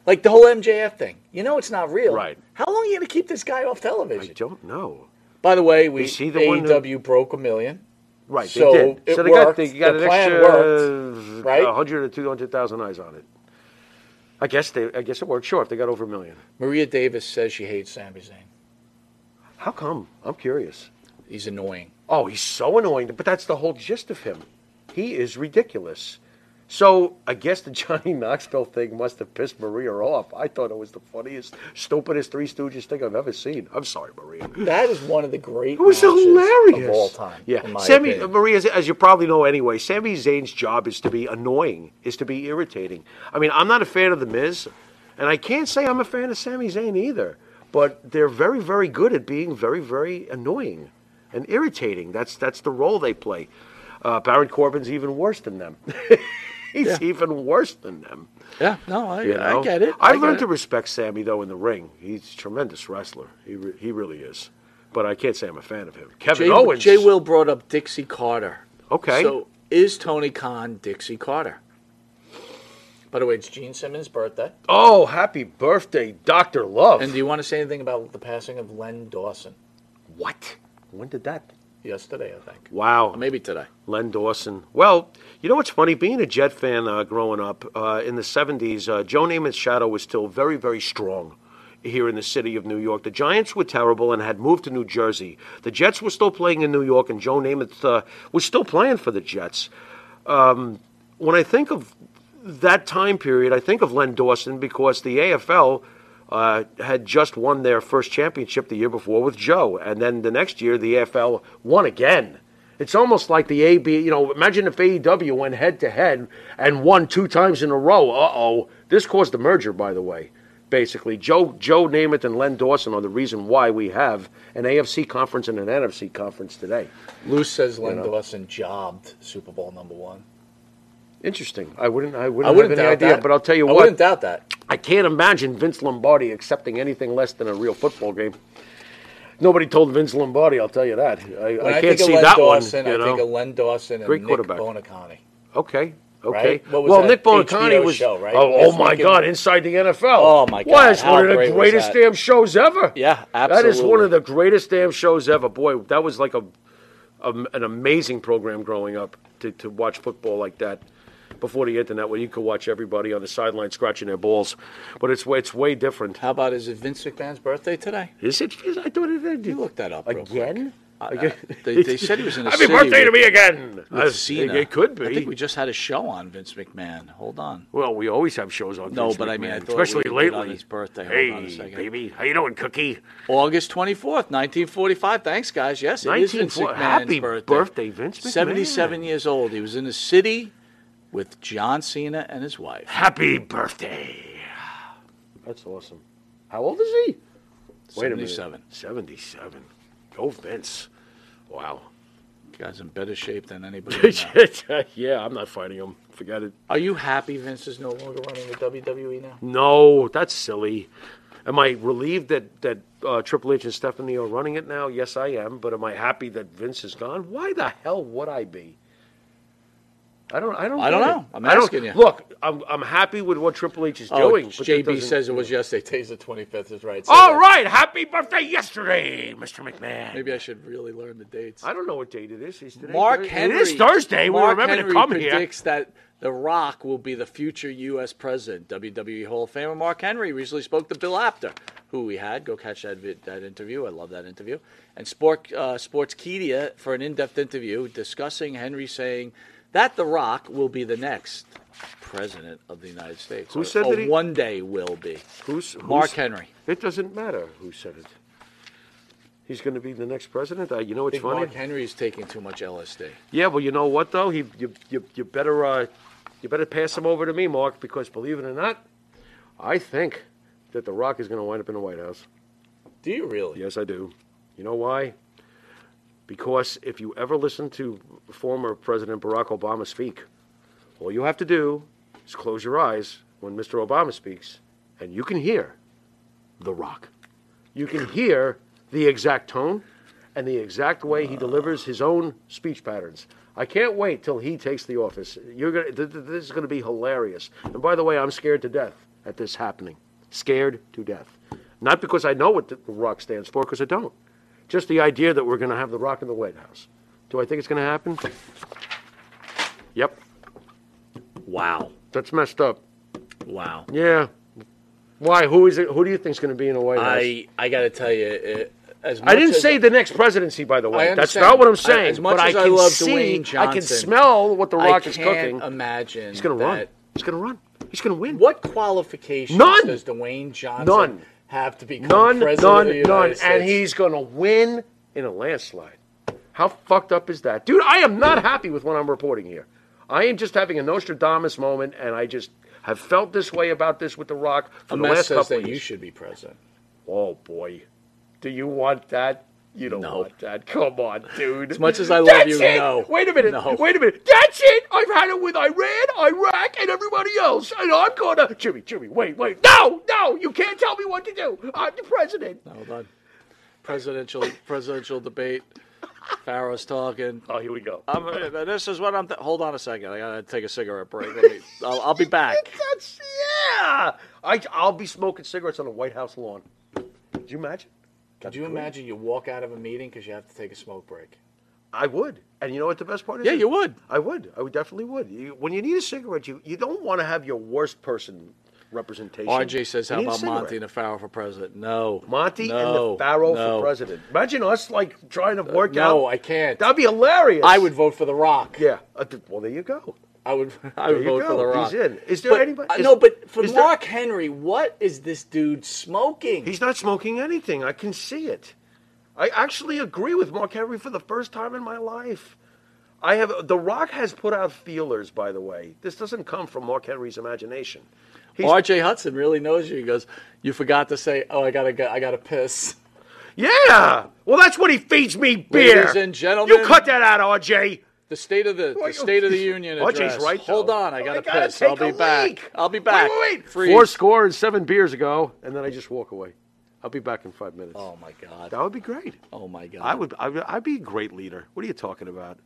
B: Like the whole MJF thing. You know it's not real.
D: Right.
B: How long are you going to keep this guy off
D: I
B: television?
D: don't know.
B: By the way, we
D: Is he the one who-
B: AEW broke a million.
D: Right,
B: So
D: they did.
B: it
D: so they got
B: worked.
D: they got
B: The
D: an
B: plan
D: extra
B: worked, right?
D: 100 or 200,000 eyes on it. I guess they I guess it worked. Sure, if they got over a million.
B: Maria Davis says she hates Sami Zayn.
D: How come? I'm curious.
B: He's annoying.
D: Oh, he's so annoying, but that's the whole gist of him. He is ridiculous. So I guess the Johnny Knoxville thing must have pissed Maria off. I thought it was the funniest, stupidest Three Stooges thing I've ever seen. I'm sorry, Maria.
E: That is one of the great.
D: It was
E: matches
D: hilarious.
E: of all time.
D: Yeah, uh,
E: in my
D: Sammy
E: opinion.
D: Maria, as you probably know anyway, Sammy Zayn's job is to be annoying, is to be irritating. I mean, I'm not a fan of the Miz, and I can't say I'm a fan of Sammy Zayn either. But they're very, very good at being very, very annoying and irritating. That's that's the role they play. Uh, Baron Corbin's even worse than them. He's even worse than them.
B: Yeah, no, I,
D: You know?
B: I get it. I
D: I've
B: get
D: learned
B: it.
D: to respect Sammy though in the ring. He's a tremendous wrestler. He re- he really is. But I can't say I'm a fan of him. Kevin
B: Jay,
D: Owens.
B: Jay Will brought up Dixie Carter.
D: Okay.
B: So is Tony Khan Dixie Carter?
E: By the way, it's Gene Simmons' birthday.
D: oh, happy birthday, Doctor Love.
B: And do you want to say anything
E: Think
B: about?
E: about the passing of Len Dawson
D: what? When did that?
E: yesterday, I think.
D: Wow.
B: Maybe today.
D: Len Dawson. Well, you know what's funny? Being a Jet fan uh, growing up uh, in the 70s, uh, Joe Namath's shadow was still very, very strong here in the city of New York. The Giants were terrible and had moved to New Jersey. The Jets were still playing in New York, and Joe Namath uh, was still playing for the Jets. Um, when I think of that time period, I think of Len Dawson because the AFL uh, had just won their first championship the year before with Joe, and then the next year the AFL won again. It's almost like the AB. You know, imagine if AEW went head to head and won two times in a row. Uh oh, this caused the merger, by the way. Basically, Joe Joe Namath and Len Dawson are the reason why we have an AFC conference and an NFC conference today.
E: Luce says Len Dawson jobbed Super Bowl number one.
D: Interesting. I wouldn't. I wouldn't,
E: I wouldn't
D: have
E: doubt
D: any idea.
E: that.
D: But I'll tell you
E: I
D: what.
E: wouldn't doubt that.
D: I can't imagine Vince Lombardi accepting anything less than a real football game. Nobody told Vince Lombardi, I'll tell you that. I,
E: When
D: I can't
E: think of
D: see
E: Len
D: that
E: Dawson,
D: one. You
E: I think of
D: know?
E: Len Dawson and
D: Great
E: Nick
D: quarterback.
E: Bonacani.
D: okay. Okay.
E: Right? What was
D: well,
E: that
D: Nick Bonacani
E: HBO
D: was.
E: show, right?
D: Oh, oh
E: That's
D: my
E: Nick and-
D: God! Inside the NFL.
E: Oh, my
D: Why
E: God,
D: it's
E: how
D: one of
E: great
D: the
E: was
D: greatest
E: that?
D: damn shows ever.
B: Yeah,
D: That is one
B: absolutely.
D: of the greatest damn shows ever. Boy, that was like a, a an amazing program growing up to, to watch football like that before the internet, where you could watch everybody on the sideline scratching their balls. But it's way- it's way different.
B: How about is it Vince McMahon's birthday today?
D: Is it? Is, I thought it
B: You looked that up real quick.
D: again.
B: Uh,
D: Again?
B: they, they said he was in a
D: Happy
B: city
D: birthday to
B: with-
D: me again.
B: with
D: I-
B: Cena.
D: It could
B: I think
D: be.
B: we just had a show on Vince McMahon. Hold on.
D: well, we always have shows on.
B: No,
D: Vince
B: but I mean, I
D: McMahon,
B: thought we
D: especially
B: did
D: lately.
B: on his birthday. Hold
D: Hey,
B: on a second.
D: baby, how you doing, Cookie?
B: August 24th, 1945. Thanks, guys. Yes, it is Vince
D: 1940
B: McMahon's
D: Happy
B: birthday.
D: birthday, Vince McMahon.
B: 77 years old. He was in the city with John Cena and his wife.
D: Happy birthday. That's awesome. How old is he? Wait a minute.
B: 77.
D: Seventy-seven. Go Vince. Wow.
B: Guy's in better shape than anybody. I know.
D: yeah, I'm not fighting him. Forget it.
B: Are you happy Vince is no longer running the WWE now?
D: No, that's silly. Am I relieved that that uh, Triple H and Stephanie are running it now? Yes, I am. But am I happy that Vince is gone? Why the hell would I be? I don't. I don't.
B: I don't
D: get it.
B: know. I'm
D: I don't-
B: asking you.
D: Look, I'm. I'm happy with what Triple H is doing. but that
B: JB
D: doesn't-
B: says it was yesterday.
E: Today's the 25th, is right. So
D: All
E: that-
D: right, happy birthday yesterday, Mr. McMahon.
B: Maybe I should really learn the dates.
D: I don't know what date it is. Is today
B: Mark
D: Thursday?
B: Henry.
D: It is Thursday.
B: Mark
D: we remember
B: Henry
D: to come here.
B: predicts that The Rock will be the future U.S. president. WWE Hall of Famer Mark Henry recently spoke to Bill Apter, who we had. Go catch that vid- that interview. I love that interview. And Sport uh, Sportskeeda for an in-depth interview discussing Henry saying that The Rock will be the next president of the United States.
D: Who
B: Or-
D: said
B: or
D: that he-
B: one day will be
D: Who's, who's
B: Mark Henry?
D: It doesn't matter who said it. He's going to be the next president. Uh, you know
B: I
D: what's
B: think
D: funny?
B: Mark Henry is taking too much LSD.
D: Yeah, well, you know what though? He, you, you, you better, uh, you better pass him over to me, Mark, because believe it or not, I think that The Rock is going to wind up in the White House.
E: Do you really?
D: Yes, I do. You know why? Because if you ever listen to former President Barack Obama speak, all you have to do is close your eyes when Mr. Obama speaks, and you can hear The Rock. You can hear the exact tone and the exact way he delivers his own speech patterns. I can't wait till he takes the office. You're gonna, th- th- this is going to be hilarious. And by the way, I'm scared to death at this happening. Scared to death. Not because I know what the Rock stands for, because I don't. Just the idea that we're going to have the Rock in the White House. Do I think it's going to happen? Yep.
B: Wow,
D: That's messed up.
B: wow.
D: Yeah. Why? Who is it? Who do you think's going to be in the White House?
B: I I got to tell you, it, As
D: I didn't
B: much as-
D: say the next presidency, by the way.
B: I
D: That's
B: understand.
D: not what
B: I-
D: I'm saying.
B: as much
D: but
B: as
D: I
B: I
D: can
B: love
D: see,
B: Dwayne
D: I can
B: Johnson,
D: smell what the
B: I
D: Rock is
B: can't
D: cooking.
B: Imagine
D: He's going to
B: that-
D: run. He's going to run. He's going to win.
B: What qualifications
D: None.
B: does Dwayne Johnson
D: None.
E: Have to become
D: None,
E: president of the
D: none,
E: United
D: none. And
E: States.
D: he's going to win in a landslide. How fucked up is that? Dude, I am not happy with what I'm reporting here. I am just having a Nostradamus moment, and I just have felt this way about this with The Rock for the
E: Mess
D: last
E: says
D: couple
E: that
D: of
E: you
D: years.
E: should be president.
D: Oh, boy. Do you want that? You don't
B: No.
D: want that. Come on, dude. As
B: much as I love
D: That's
B: you,
D: it.
B: no.
D: Wait a minute.
B: No.
D: Wait a minute. That's it. I've had it with Iran, Iraq, and everybody else. And I'm going to. Jimmy, Jimmy, wait, wait. No, no. You can't tell me what to do. I'm the president.
B: Hold on. Presidential presidential debate. Farrow's talking.
D: Oh, here we go.
B: I'm, uh, this is what I'm. Th- hold on a second. I gotta take a cigarette break. Let me, I'll, I'll be back.
D: That's yeah. I I'll be smoking cigarettes on the White House lawn. Could you imagine?
E: Could you imagine you walk out of a meeting because you have to take a smoke break?
D: I would. And you know what the best part is?
B: Yeah, you would.
D: I would. I would definitely would. You, when you need a cigarette, you you don't want to have your worst person representation.
B: RJ says,
D: You
B: "How
D: need a
B: about Monty
D: cigarette.
B: and the Pharaoh for president?" No,
D: Monty
B: No.
D: and the Pharaoh
B: No. Uh,
D: for president. Imagine us like trying to work out.
E: No, I can't.
D: That'd be hilarious.
E: I would vote for The Rock.
D: Yeah. Uh, th- Well, there you go.
E: I would.
B: I would
D: There you
B: vote for
D: go.
B: the Rock.
D: He's in. Is there
B: But-
D: anybody-
B: uh,
D: is-
B: no, but for
D: is there-
B: Mark Henry, what is this dude smoking?
D: He's not smoking anything. I can see it. I actually agree with Mark Henry for the first time in my life. I have The Rock has put out feelers, by the way. This doesn't come from Mark Henry's imagination. He's,
B: R.J. Hudson really knows you. He goes, "You forgot to say, oh, I gotta, go, I gotta piss."
D: yeah. Well, that's what he feeds me beer.
B: Ladies and gentlemen.
D: you cut that out, RJ.
B: The state of the, the
D: Wait,
B: state of the union
D: RJ 's
B: address.
D: right,
B: Hold
D: though.
B: on, I gotta,
D: I gotta
B: piss. I'll
D: take
B: be
D: a
B: back.
D: leak.
B: I'll be
D: Wait,
B: back.
D: wait, wait.
B: Freeze.
D: Four score and seven beers ago, and then I just walk away. I'll be back in five minutes.
B: Oh my god.
D: That would be great.
B: Oh my god.
D: I would. I would I'd be a great leader. What are you talking about?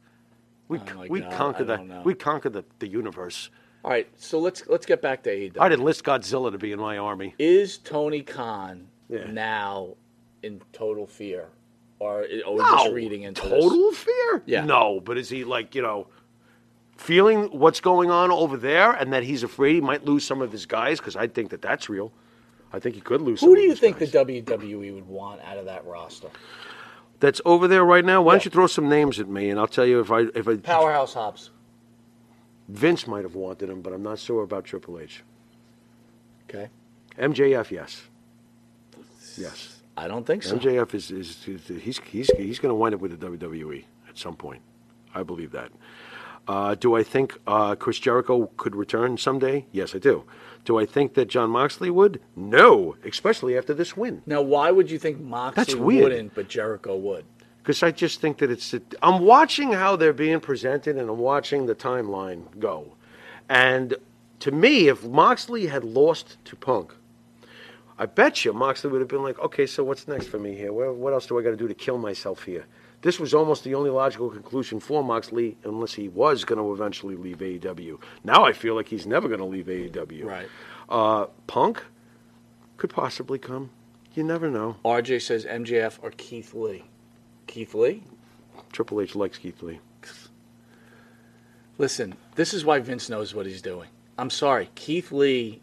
D: We
B: Oh, my
D: we
B: God,
D: conquer
B: I don't know.
D: the we conquer the, the universe.
B: All right, so let's let's get back to AEW.
D: I'd enlist Godzilla to be in my army.
B: Is Tony Khan
D: Yeah.
B: now in total fear, or are we
D: No,
B: just reading into this?
D: total fear.
B: Yeah.
D: No, but is he like you know, feeling what's going on over there, and that he's afraid he might lose some of his guys? Because I think that that's real. I think he could lose. some
B: Who do
D: of
B: you
D: his
B: think
D: guys.
B: the E
E: WWE would want out of that roster.
D: that's over there right now? Why don't you throw some names at me, and I'll tell you if I if I
E: Powerhouse Hobbs.
D: Vince might have wanted him, but I'm not sure about Triple H.
E: Okay.
D: MJF, yes. Yes.
B: I don't think so.
D: MJF is, is, is- he's he's he's going to wind up with the WWE at some point. I believe that. Uh, do I think uh, Chris Jericho could return someday? Yes, I do. Do I think that John Moxley would? No, especially after this win,
B: Now, why would you think Moxley
D: That's weird.
B: wouldn't, but Jericho would?
D: because I just think that it's. I'm watching how they're being presented, and I'm watching the timeline go. And to me, if Moxley had lost to Punk, I bet you Moxley would have been like, okay, so what's next for me here? Where, what else do I got to do to kill myself here? This was almost the only logical conclusion for Moxley, unless he was going to eventually leave AEW. Now I feel like he's never going to leave AEW.
B: Right.
D: Uh, Punk could possibly come. You never know.
B: RJ says MJF or Keith Lee. Keith Lee?
D: Triple H likes Keith Lee.
B: Listen, this is why Vince knows what he's doing. I'm sorry, Keith Lee,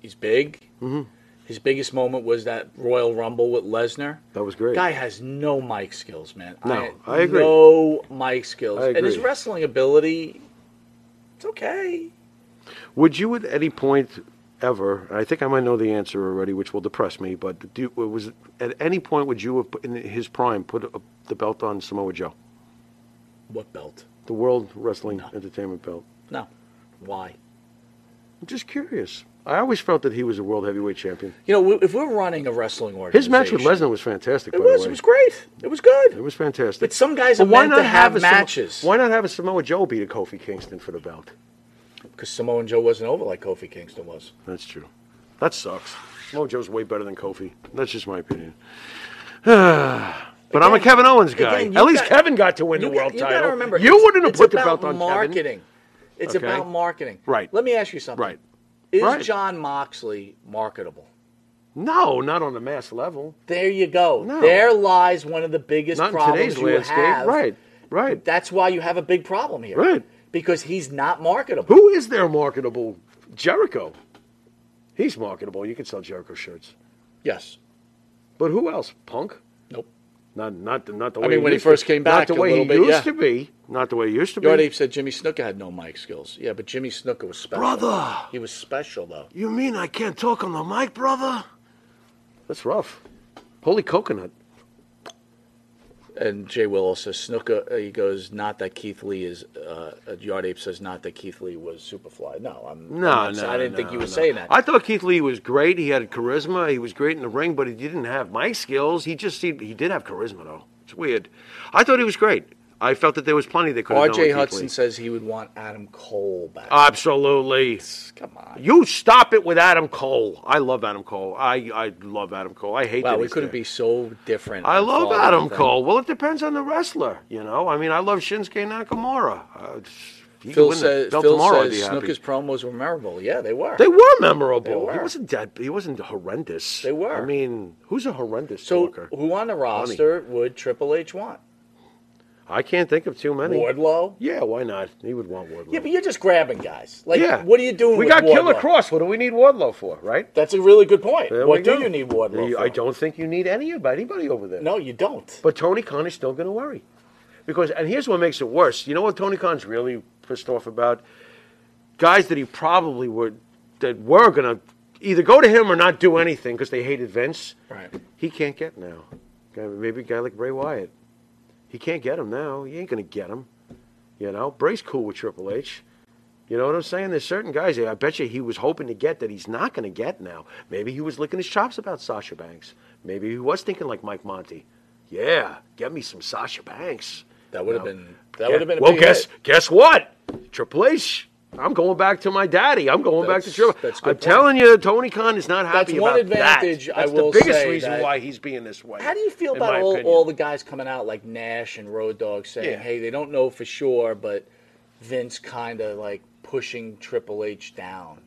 B: he's big. Mm-hmm. His biggest moment was that Royal Rumble with Lesnar.
D: That was great.
B: Guy has no mic skills, man.
D: No, I agree.
B: No mic skills,
D: I
B: and his
D: agree.
B: wrestling ability, it's okay.
D: Would you at any point ever, and I think I might know the answer already, which will depress me, but do, was at any point would you have, put- in his prime, put a, the belt on Samoa Joe?
B: What belt?
D: The World Wrestling Entertainment belt.
B: No. Why?
D: I'm just curious. I always felt that he was a world heavyweight champion.
B: You know, we- if we're running a wrestling organization,
D: His match with Lesnar was fantastic,
B: it
D: by the
B: was
D: way.
B: it was great. It was good.
D: It was fantastic.
B: But some guys are meant to have
D: a Samo-
B: matches.
D: why not have a Samoa Joe beat a Kofi Kingston for the belt?
E: Because Samoa Joe wasn't over like Kofi Kingston was.
D: That's true. That sucks. Samoa Joe's way better than Kofi. That's just my opinion. but I'm a Kevin Owens guy.
B: Again, you
D: At least
B: got-
D: Kevin got to win the
B: you
D: world
B: got, You
D: title.
B: gotta remember,
D: you
B: it's-
D: wouldn't have
B: it's
D: put the
B: about
D: belt on
B: marketing.
D: Kevin.
B: It's
D: Okay.
B: about marketing.
D: Right.
B: Let me ask you something.
D: Right.
B: Is
D: Right.
B: John Moxley marketable?
D: No, not on the mass level.
B: There you go.
D: No.
B: There lies one of the biggest
D: Not in
B: problems
D: today's
B: you
D: landscape.
B: have.
D: Right. Right.
B: That's why you have a big problem here.
D: Right.
B: Because he's not marketable.
D: Who is their marketable? Jericho. He's marketable. You can sell Jericho shirts.
B: Yes.
D: But who else? Punk?
B: Nope.
D: Not not not the way.
B: mean, when he
D: used
B: first
D: to-
B: came back
D: not the
B: a
D: way
B: little
D: he
B: bit,
D: used
B: yeah.
D: to be. Not the way he used to
B: You
D: be.
B: already said Jimmy Snooker had no mic skills. Yeah, but Jimmy Snooker was special.
D: Brother,
E: He was special though.
D: you mean I can't talk on the mic, brother? That's rough. Holy coconut.
B: And Jay Willow says Snooker. uh, He goes, not that Keith Lee is. Uh, uh, Yard Ape says not that Keith Lee was Superfly. No, I'm.
D: No,
B: I'm not-
D: no,
B: I didn't think
D: no,
B: you were
D: no.
B: saying that.
D: I thought Keith Lee was great. He had charisma. He was great in the ring, but he didn't have my skills. He just he, he did have charisma though. It's weird. I thought he was great. I felt that there was plenty they could have done.
B: R.J.
D: with
B: Hudson
D: Keith Lee.
B: says he would want Adam Cole back.
D: Absolutely.
B: Come on.
D: You stop it with Adam Cole. I love Adam Cole. I, I love Adam Cole. I hate
B: Wow,
D: that
B: we
D: he's
B: couldn't
D: there.
B: be so different.
D: I
B: on
D: love
B: Father
D: Adam
B: than-
D: Cole. Well, it depends on the wrestler, you know. I mean, I love Shinsuke Nakamura. Uh, he could
B: Phil
D: win the
B: says,
D: belt
B: Phil
D: tomorrow, I'd be
B: says
D: happy.
B: Snooker's promos were memorable. Yeah, they were.
D: They were memorable.
B: They were.
D: He wasn't that. He wasn't horrendous.
B: They were.
D: I mean, who's a horrendous
B: so,
D: talker?
B: who on the roster would Triple H want?
D: I can't think of too many.
E: Wardlow.
D: Yeah, why not? He would want Wardlow.
E: Yeah, but you're just grabbing guys. Like,
D: Yeah.
E: what are you doing?
D: We
E: with
D: got Killer
E: Wardlow?
D: Cross. What do we need Wardlow for, right?
E: That's a really good point.
D: There
E: what
D: we
E: do
D: go.
E: you need Wardlow?
D: You-
E: for?
D: I don't think you need any of anybody over there.
E: No, you don't.
D: But Tony Khan is still going to worry. Because, and here's what makes it worse. You know what Tony Khan's really pissed off about? Guys that he probably would, that were going to either go to him or not do anything because they hated Vince.
E: Right.
D: He can't get now. Guy- Maybe a guy like Bray Wyatt. He can't get him now. He ain't going to get him. You know, Bray's cool with Triple H. You know what I'm saying? There's certain guys that I bet you he was hoping to get that he's not going to get now. Maybe he was licking his chops about Sasha Banks. Maybe he was thinking like Mike Monty. Yeah, get me some Sasha Banks.
B: That would have been. That
D: Yeah.
B: would have been. A
D: well,
B: big
D: guess
B: hit.
D: guess what? Triple H. I'm going back to my daddy. I'm going back to
B: That's-
D: Triple.
B: that's a good
D: I'm
B: point.
D: telling you, Tony Khan is not happy
E: That's one
D: about that.
E: advantage I
D: That's
E: will
D: the biggest
E: say
D: reason
E: that-
D: why he's being this way.
E: How do you feel
D: in
E: about
D: my
E: all,
D: opinion.
E: all the guys coming out like Nash and Road Dogg saying,
D: Yeah.
E: "Hey, they don't know for sure, but Vince kind of like pushing Triple H down."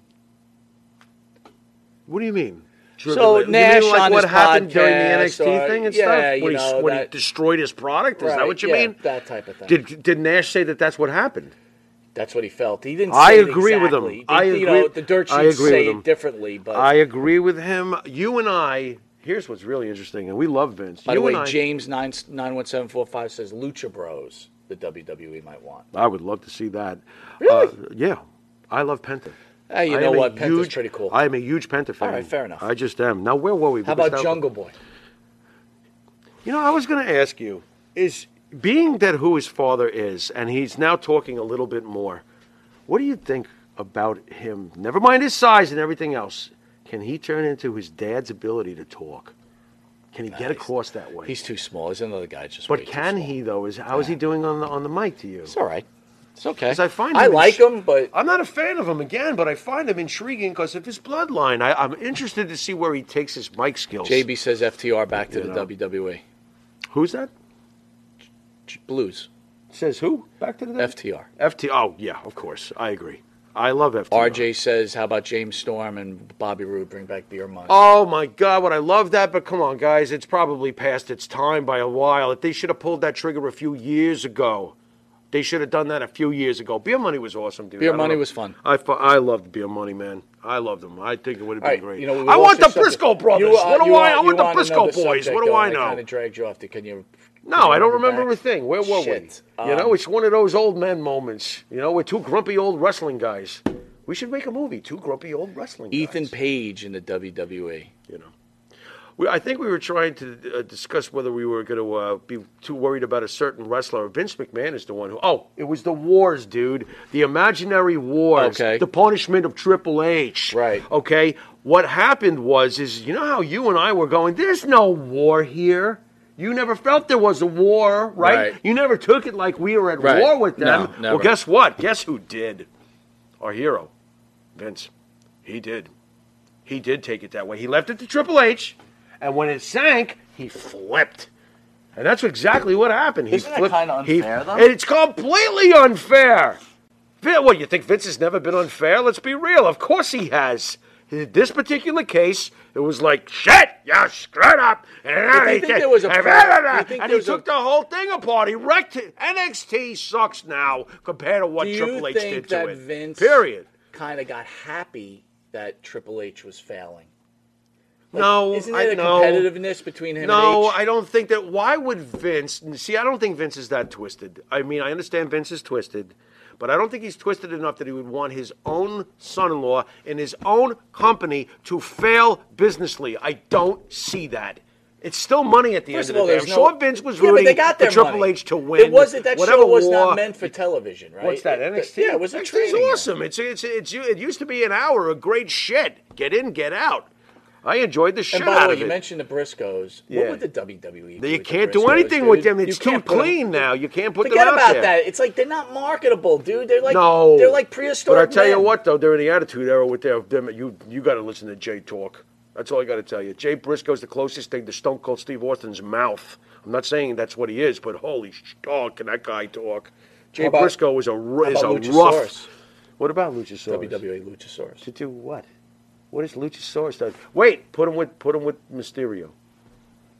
D: What do you mean?
B: So
D: you
B: Nash
D: mean like
B: on
D: what
B: his
D: happened during the
B: podcast
D: NXT
B: or-
D: thing and
E: yeah,
D: stuff?
E: you
D: When, he,
E: know,
D: when he
E: that-
D: destroyed his product? Is that
E: Right,
D: what you
E: yeah,
D: mean?
E: That type of thing.
D: Did did Nash say that that's what happened?
E: That's what he felt. He didn't. Say
D: I
E: it
D: agree with him.
E: exactly.
D: I
E: You
D: agree-
E: know, the dirt sheets
D: I agree
E: say
D: with him.
E: it differently, but
D: I agree with him. You and I. Here's what's really interesting, and we love Vince.
B: By
D: you
B: the way,
D: and I,
B: James nine nine one seven four five.
E: Five says Lucha Bros. The
B: E
E: WWE might want.
D: I would love to see that. Really? yeah, I love Penta.
B: Hey, you
D: I
B: know
D: am a
B: what? Penta's
D: huge-
B: pretty cool.
D: I am a huge Penta fan.
E: All right, fair enough.
D: I just am. Now, where were we?
E: How
D: Because
E: about
D: now-
E: Jungle Boy?
D: You know, I was going to ask you is being that who his father is, and he's now talking a little bit more, what do you think about him? Never mind his size and everything else. Can he turn into his dad's ability to talk? Can he get across that way?
B: He's too small. He's another guy. Just. way
D: but
B: too
D: can
B: small.
D: he though? Is how is he doing on the on the mic to you?
B: It's all right. It's okay.
D: 'Cause I find
B: I
D: him
B: like
D: ins-
B: him, but
D: I'm not a fan of him again, but I find him intriguing because of his bloodline. I, I'm interested to see where he takes his mic skills.
B: JB says FTR back to
D: You
B: the E.
D: know.
B: WWE.
D: Who's that?
B: Ch- Blues.
D: Says who? Back to the
B: FTR.
D: FT. Oh yeah, of course. I agree. I love FT.
B: RJ says, "How about James Storm and Bobby Roode bring back beer money?"
D: Oh my God, would I love that? But come on, guys, it's probably past its time by a while. They should have pulled that trigger a few years ago. They should have done that a few years ago. Beer Money was awesome, dude.
B: Beer
D: I don't
B: Money
D: know-
B: was fun.
D: I, fu- I loved Beer Money, man. I loved them. I think it would have been
E: All right,
D: great.
E: you know, we
D: I
E: lost
D: want the
E: our subject.
D: Briscoe brothers.
E: You, uh,
D: what do
E: you
D: I? I
E: you
D: want the
E: want
D: Briscoe
E: another
D: boys.
E: subject,
D: what do
E: though.
D: I
E: I kind
D: know?
E: of dragged you off. To, can you?
D: No, I don't
E: remember
D: remember a
E: back?
D: thing. Where were
E: Shit.
D: we? you know,
E: Um,
D: it's one of those old man moments. You know, we're two grumpy old wrestling guys. We should make a movie. Two grumpy old wrestling.
B: Ethan
D: guys.
B: Page in the WWE.
D: you know. We, I think we were trying to uh, discuss whether we were going to uh, be too worried about a certain wrestler. Vince McMahon is the one who. Oh, it was the wars, dude. The imaginary wars.
B: Okay.
D: The punishment of Triple H.
B: Right.
D: Okay. What happened was, is you know how you and I were going. There's no war here. You never felt there was a war, right?
B: Right.
D: You never took it like we were at
B: Right.
D: war with them.
B: No, never.
D: Well, guess what? Guess who did? Our hero, Vince. He did. He did take it that way. He left it to Triple H, and when it sank, he flipped. And that's exactly what happened. He
C: Isn't that
D: flipped-
C: kinda
D: he-
C: unfair, though?
D: It's completely unfair. Vin- What, you think Vince has never been unfair? Let's be real. Of course he has. In this particular case, it was like, shit, you screwed up. And,
B: do you think there was a- do you think
D: and
B: there
D: he
B: was a-
D: took the whole thing apart. He wrecked it. NXT sucks now compared to what
E: Do you
D: Triple H
E: think
D: did to
E: that
D: it.
E: Vince
D: Period.
E: kind of got happy that Triple H was failing? Like,
D: no,
E: isn't
D: I-
E: there a
D: no.
E: competitiveness between him
D: No,
E: and H?
D: I don't think that. Why would Vince? See, I don't think Vince is that twisted. I mean, I understand Vince is twisted, but I don't think he's twisted enough that he would want his own son-in-law in his own company to fail businessly. I don't see that. It's still money at the
E: First
D: end
E: of
D: of
E: all,
D: the day. I'm
E: there's no.
D: sure Vince was
E: yeah, but
D: rooting
E: they got
D: for
E: their
D: Triple
E: money.
D: H to win.
E: It wasn't that
D: whatever
E: show was
D: war-
E: not meant for television, right?
D: What's that
E: It-
D: NXT?
E: Yeah, it was a
D: NXT
E: training.
D: is
E: ground.
D: awesome. It's it's it's it used to be an hour of great shit. Get in, get out. I enjoyed the shit
E: And by
D: out
E: the way,
D: of
E: you
D: it.
E: mentioned the Briscoes.
D: Yeah.
E: What would the WWE? do
D: You
E: with
D: can't
E: the
D: do
E: Briscoes,
D: anything
E: dude?
D: with them. It's
E: You
D: too
E: can't put 'em-
D: clean now. You can't put
E: Forget
D: them out
E: about
D: there.
E: that. It's like they're not marketable, dude. They're like
D: no,
E: they're like prehistoric.
D: But I tell you
E: men.
D: what, though, during the Attitude Era with their, them, you you got to listen to Jay talk. That's all I got to tell you. Jay Briscoe's the closest thing to Stone Cold Steve Austin's mouth. I'm not saying that's what he is, but holy sh- oh, can that guy talk? Jay
E: How about-
D: Briscoe is a ru-
E: How
D: is a
E: about
D: rough.
E: Luchasaurus? E.
D: What about Luchasaurus?
E: WWE Luchasaurus.
D: To do what? What is Luchasaurus done? Wait, put him with put him with Mysterio.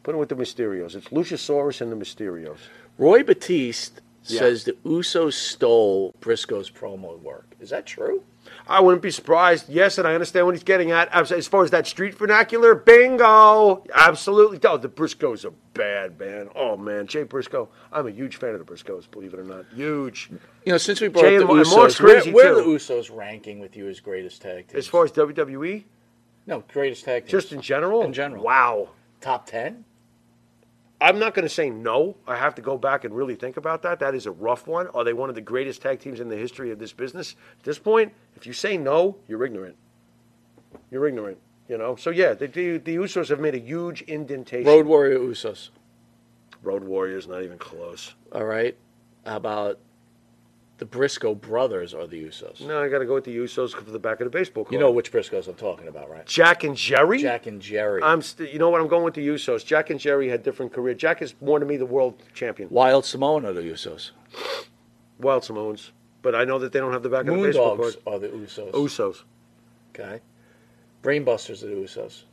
D: Put him with the Mysterios. It's Luchasaurus and the Mysterios.
B: Roy Batiste
D: Yeah.
B: says the Usos stole
E: Briscoe's promo work. Is that true?
D: I wouldn't be surprised. Yes, and I understand what he's getting at. As as far as that street vernacular, bingo! Absolutely. Oh, the Briscoes are bad, man. Oh, man. Jay Briscoe. I'm a huge fan of the Briscoes, believe it or not. Huge.
B: You know, since we brought
D: Jay
B: up
D: and
B: the
D: Mo- and Mark's
B: Usos,
D: crazy,
B: where,
D: Me
E: Where are
D: too.
E: the Usos ranking with you as greatest tag team?
D: As far as WWE,
E: no greatest tag team,
D: just in general?
E: In general.
D: Wow.
E: top ten.
D: I'm not going to say no. I have to go back and really think about that. That is a rough one. Are they one of the greatest tag teams in the history of this business? At this point, if you say no, you're ignorant. You're ignorant. You know. So yeah, the the, the Usos have made a huge indentation.
B: Road Warrior Usos.
D: Road Warriors, not even close.
B: All right. How about the Briscoe brothers are the Usos?
D: No, I got to go with the Usos for the back of the baseball card.
E: You know which Briscoes I'm talking about, right?
D: Jack and Jerry.
E: Jack and Jerry.
D: I'm. St- you know what? I'm going with the Usos. Jack and Jerry had different career. Jack is more to me the world champion.
B: Wild Samoan are the Usos.
D: Wild Samoans, but I know that they don't have the back of the baseball
E: Moondogs
D: card.
E: are the Usos.
D: Usos.
E: Okay. Brainbusters are the Usos.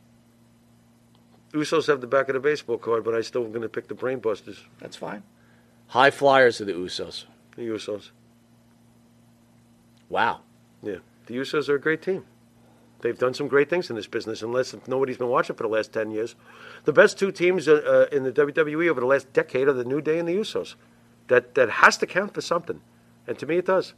D: Usos have the back of the baseball card, but I still am going to pick the Brainbusters,
E: That's fine.
B: High Flyers are the Usos.
D: the Usos.
B: Wow.
D: Yeah, the Usos are a great team. They've done some great things in this business, unless if nobody's been watching for the last 10 years. The best two teams uh, uh, in the WWE over the last decade are the New Day and the Usos. That, that has to count for something. And to me, it does.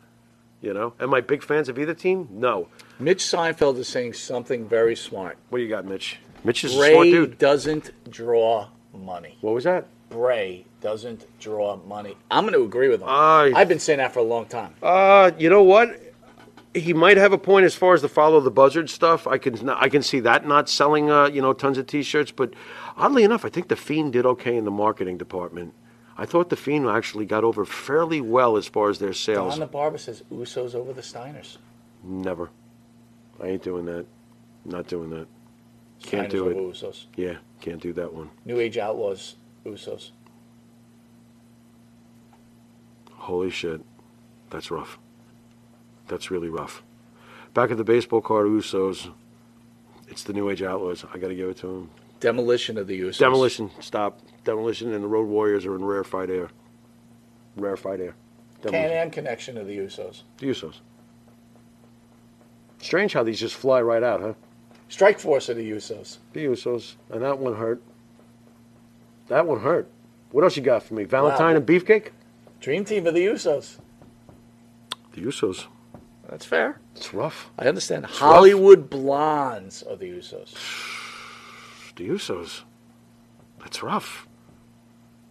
D: You know? Am I big fans of either team? No.
B: Mitch Seinfeld is saying something very smart.
D: What do you got, Mitch? Mitch is a smart
B: Ray
D: dude.
B: doesn't.
E: Draw money.
D: What was that?
E: Bray doesn't draw money. I'm going to agree with him.
D: I-
E: I've been saying that for a long time.
D: Uh, you know what? He might have a point as far as the follow the buzzard stuff. I can I can see that not selling uh, you know tons of T-shirts, but oddly enough, I think the Fiend did okay in the marketing department. I thought the Fiend actually got over fairly well as far as their sales.
E: Don the Barber says Usos over the Steiners.
D: Never, I ain't doing that. Not doing that. Can't
E: Steiners
D: do
E: over
D: it.
E: Usos.
D: Yeah, can't do that one.
E: New Age Outlaws, Usos.
D: Holy shit, that's rough. That's really rough. Back at the baseball card, Usos. It's the New Age Outlaws. I got to give it to him.
B: Demolition of the Usos.
D: Demolition, stop. Demolition and the Road Warriors are in rarefied air. Rarefied air.
E: Can
D: Demolition.
E: Am connection of the Usos.
D: The Usos. Strange how these just fly right out, huh?
E: Strike Force of the Usos.
D: The Usos. And that one hurt. That one hurt. What else you got for me? Valentine
E: Wow.
D: and Beefcake?
E: Dream Team of the Usos.
D: The Usos.
B: That's fair.
D: It's rough.
B: I understand. Hollywood Blonde.
E: Sons of the Usos.
D: The Usos. That's rough.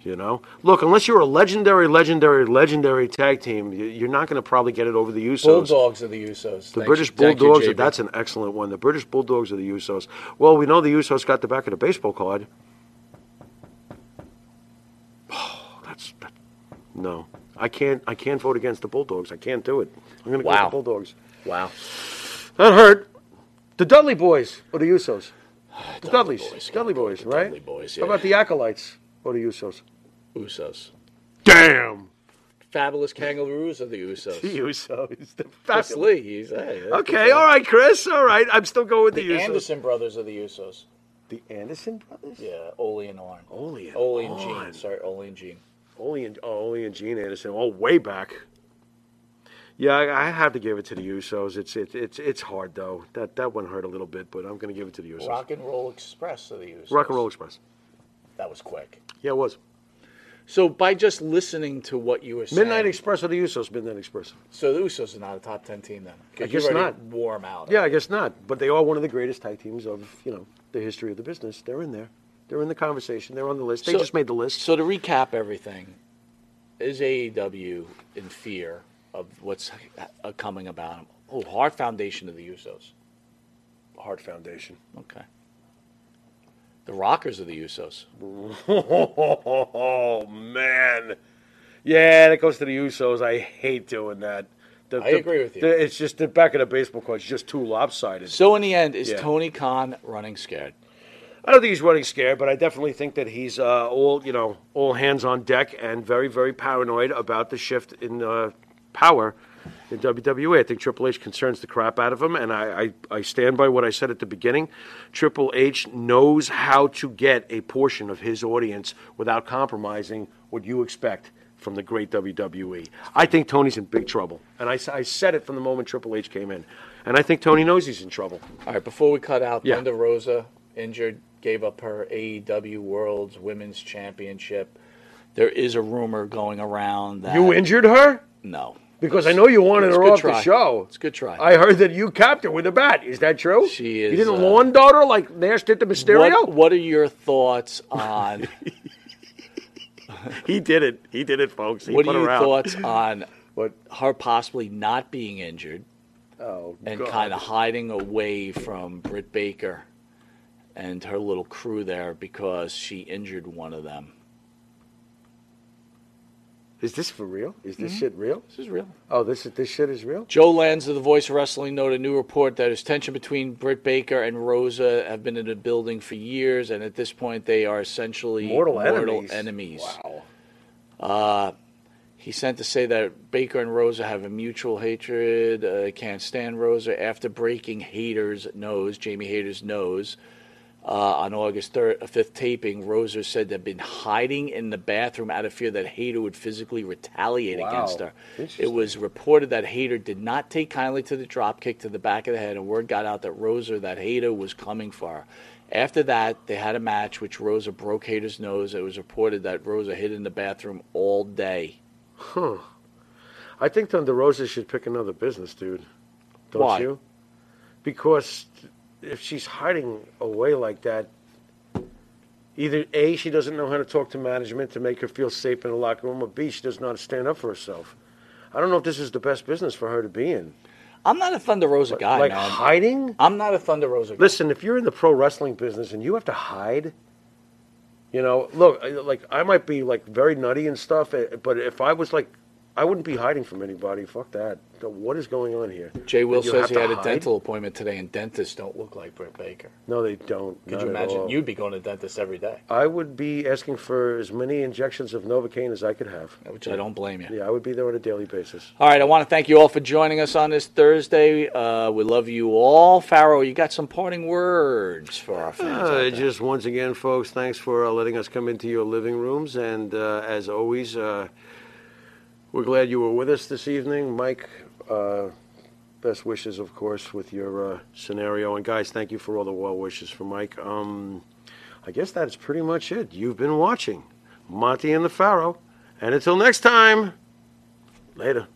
D: You know? Look, unless you're a legendary, legendary, legendary tag team, you- you're not going to probably get it over the Usos.
E: Bulldogs of the Usos.
D: The
E: Thank
D: British
E: you. Thank you,
D: Bulldogs,
E: JB.
D: that's an excellent one. The British Bulldogs are the Usos. Well, we know the Usos got the back of the baseball card. Oh, that's that, no. I can't. I can't vote against the Bulldogs. I can't do it. I'm going to
B: Wow.
D: go with the Bulldogs.
B: Wow.
D: That hurt. The Dudley Boys or the Usos? The
E: Dudley
D: Dudleys.
E: Boys.
D: Dudley Boys, right?
E: Dudley Boys,
D: How
E: yeah.
D: about the Acolytes or the Usos?
E: Usos.
D: Damn.
E: Fabulous Kangaroos of the Usos.
D: The Usos. The
E: Chris Lee. He's, hey, that's
D: Okay. All right, Chris. All right. I'm still going with the,
E: The
D: Usos.
E: Anderson brothers of the Usos.
D: The Anderson brothers.
E: Yeah, Ole and Arn.
D: Ole and
E: Ole and
D: Arn.
E: Gene. Sorry, Ole and Gene.
D: Ole and oh, Ole and Gene Anderson, all way back. Yeah, I, I have to give it to the Usos. It's it's it's it's hard though. That that one hurt a little bit, but I'm going to give it to the Usos.
E: Rock and Roll Express of the Usos.
D: Rock and Roll Express.
E: That was quick.
D: Yeah, it was.
B: So by just listening to what you were saying,
D: Midnight Express or the Usos? Midnight Express.
E: So the Usos are not a top ten team then. 'Cause
D: I
E: you
D: guess
E: already
D: not.
E: Warm out.
D: Yeah, I guess not. But they are one of the greatest tag teams of you know the history of the business. They're in there. They're in the conversation. They're on the list. They
E: So-
D: just made the list.
B: So to recap everything, is AEW in fear of what's uh, coming about? Oh, hard foundation of the Usos.
D: Heart Foundation.
B: Okay. The Rockers of the Usos.
D: Oh man, yeah, that goes to the Usos. I hate doing that. The-
E: I
D: the-
E: agree with you.
D: the- it's just the back of the baseball card is just too lopsided.
B: So in the end, is
D: Yeah.
B: Tony Khan running scared?
D: I don't think he's running scared, but I definitely think that he's uh, all you know, all hands on deck, and very, very paranoid about the shift in uh, power in WWE. I think Triple H concerns the crap out of him, and I, I, I stand by what I said at the beginning. Triple H knows how to get a portion of his audience without compromising what you expect from the great WWE. I think Tony's in big trouble, and I, s- I said it from the moment Triple H came in, and I think Tony knows he's in trouble.
E: All right. Before we cut out,
D: Yeah.
E: Linda Rosa injured, gave up her
B: E
E: AEW World's Women's Championship.
B: There is a rumor going around that
D: You injured her.
B: No,
D: Because I know you wanted
B: It's
D: her
B: good
D: off the
B: try.
D: show.
B: It's a good try.
D: I heard that you capped her with a bat. Is that true?
B: She
D: You
B: is,
D: didn't
B: uh,
D: lawn dart her like Nash did to Mysterio.
B: What, what are your thoughts on?
D: He did it. He did it, folks. He
B: what are
D: put her
B: your
D: out.
B: thoughts on
D: What?
B: her possibly not being injured
D: Oh,
B: and
D: God.
B: kind of hiding away from Britt Baker and her little crew there because she injured one of them?
D: Is this for real? Is this shit real?
B: This is real.
D: Oh, this this shit is real.
B: Joe Lanza, the voice of wrestling, noted a new report that is tension between Britt Baker and Rosa have been in the building for years, and at this point, they are essentially
D: Mortal,
B: mortal
D: enemies.
B: enemies.
D: Wow.
B: He sent to say that Baker and Rosa have a mutual hatred. Uh, can't stand Rosa. After breaking Hater's nose, Jamie Hater's nose, uh, on August 3rd, uh, 5th taping, Rosa said they'd been hiding in the bathroom out of fear that Hater would physically retaliate
D: Wow.
B: against her. It
D: Interesting.
B: was reported that Hater did not take kindly to the drop kick to the back of the head, and word got out that Rosa, that Hater was coming for her. After that, they had a match which Rosa broke Hater's nose. It was reported that Rosa hid in the bathroom all day.
D: I think Thunder Rosa should pick another business, dude. Don't
B: Why?
D: you? Because if she's hiding away like that, either A, she doesn't know how to talk to management to make her feel safe in the locker room, or B, she does not stand up for herself. I don't know if this is the best business for her to be in.
B: I'm not a Thunder Rosa guy,
D: like
B: man.
D: hiding?
B: I'm not a Thunder Rosa guy.
D: Listen, if you're in the pro wrestling business and you have to hide, you know, look, I- like I might be like very nutty and stuff, eh, but if I was like, I wouldn't be hiding from anybody. Fuck that. So What is going on here?
B: Jay Will
D: You
B: says
D: have
B: he
D: to
B: had a
D: hide?
B: dental appointment today, and dentists
E: Just don't look like Britt Baker.
D: No, they don't.
E: Could
D: Not
E: you
D: at
E: imagine?
D: all.
E: You'd be going to the dentist every day,
D: I would be asking for as many injections of Novocaine as I could have.
B: which I don't blame you.
D: Yeah, I would be there on a daily basis.
B: All right, I want to thank you all for joining us on this Thursday. Uh, we love you all. Farrow, you got some parting words for our fans? out
D: Uh,
B: there?
D: just once again, folks, thanks for uh, letting us come into your living rooms. And uh, as always, uh, we're glad you were with us this evening. Mike, uh, best wishes, of course, with your uh, scenario. And guys, thank you for all the well wishes for Mike. Um, I guess that's pretty much it. You've been watching Monty and the Pharaoh. And until next time, later.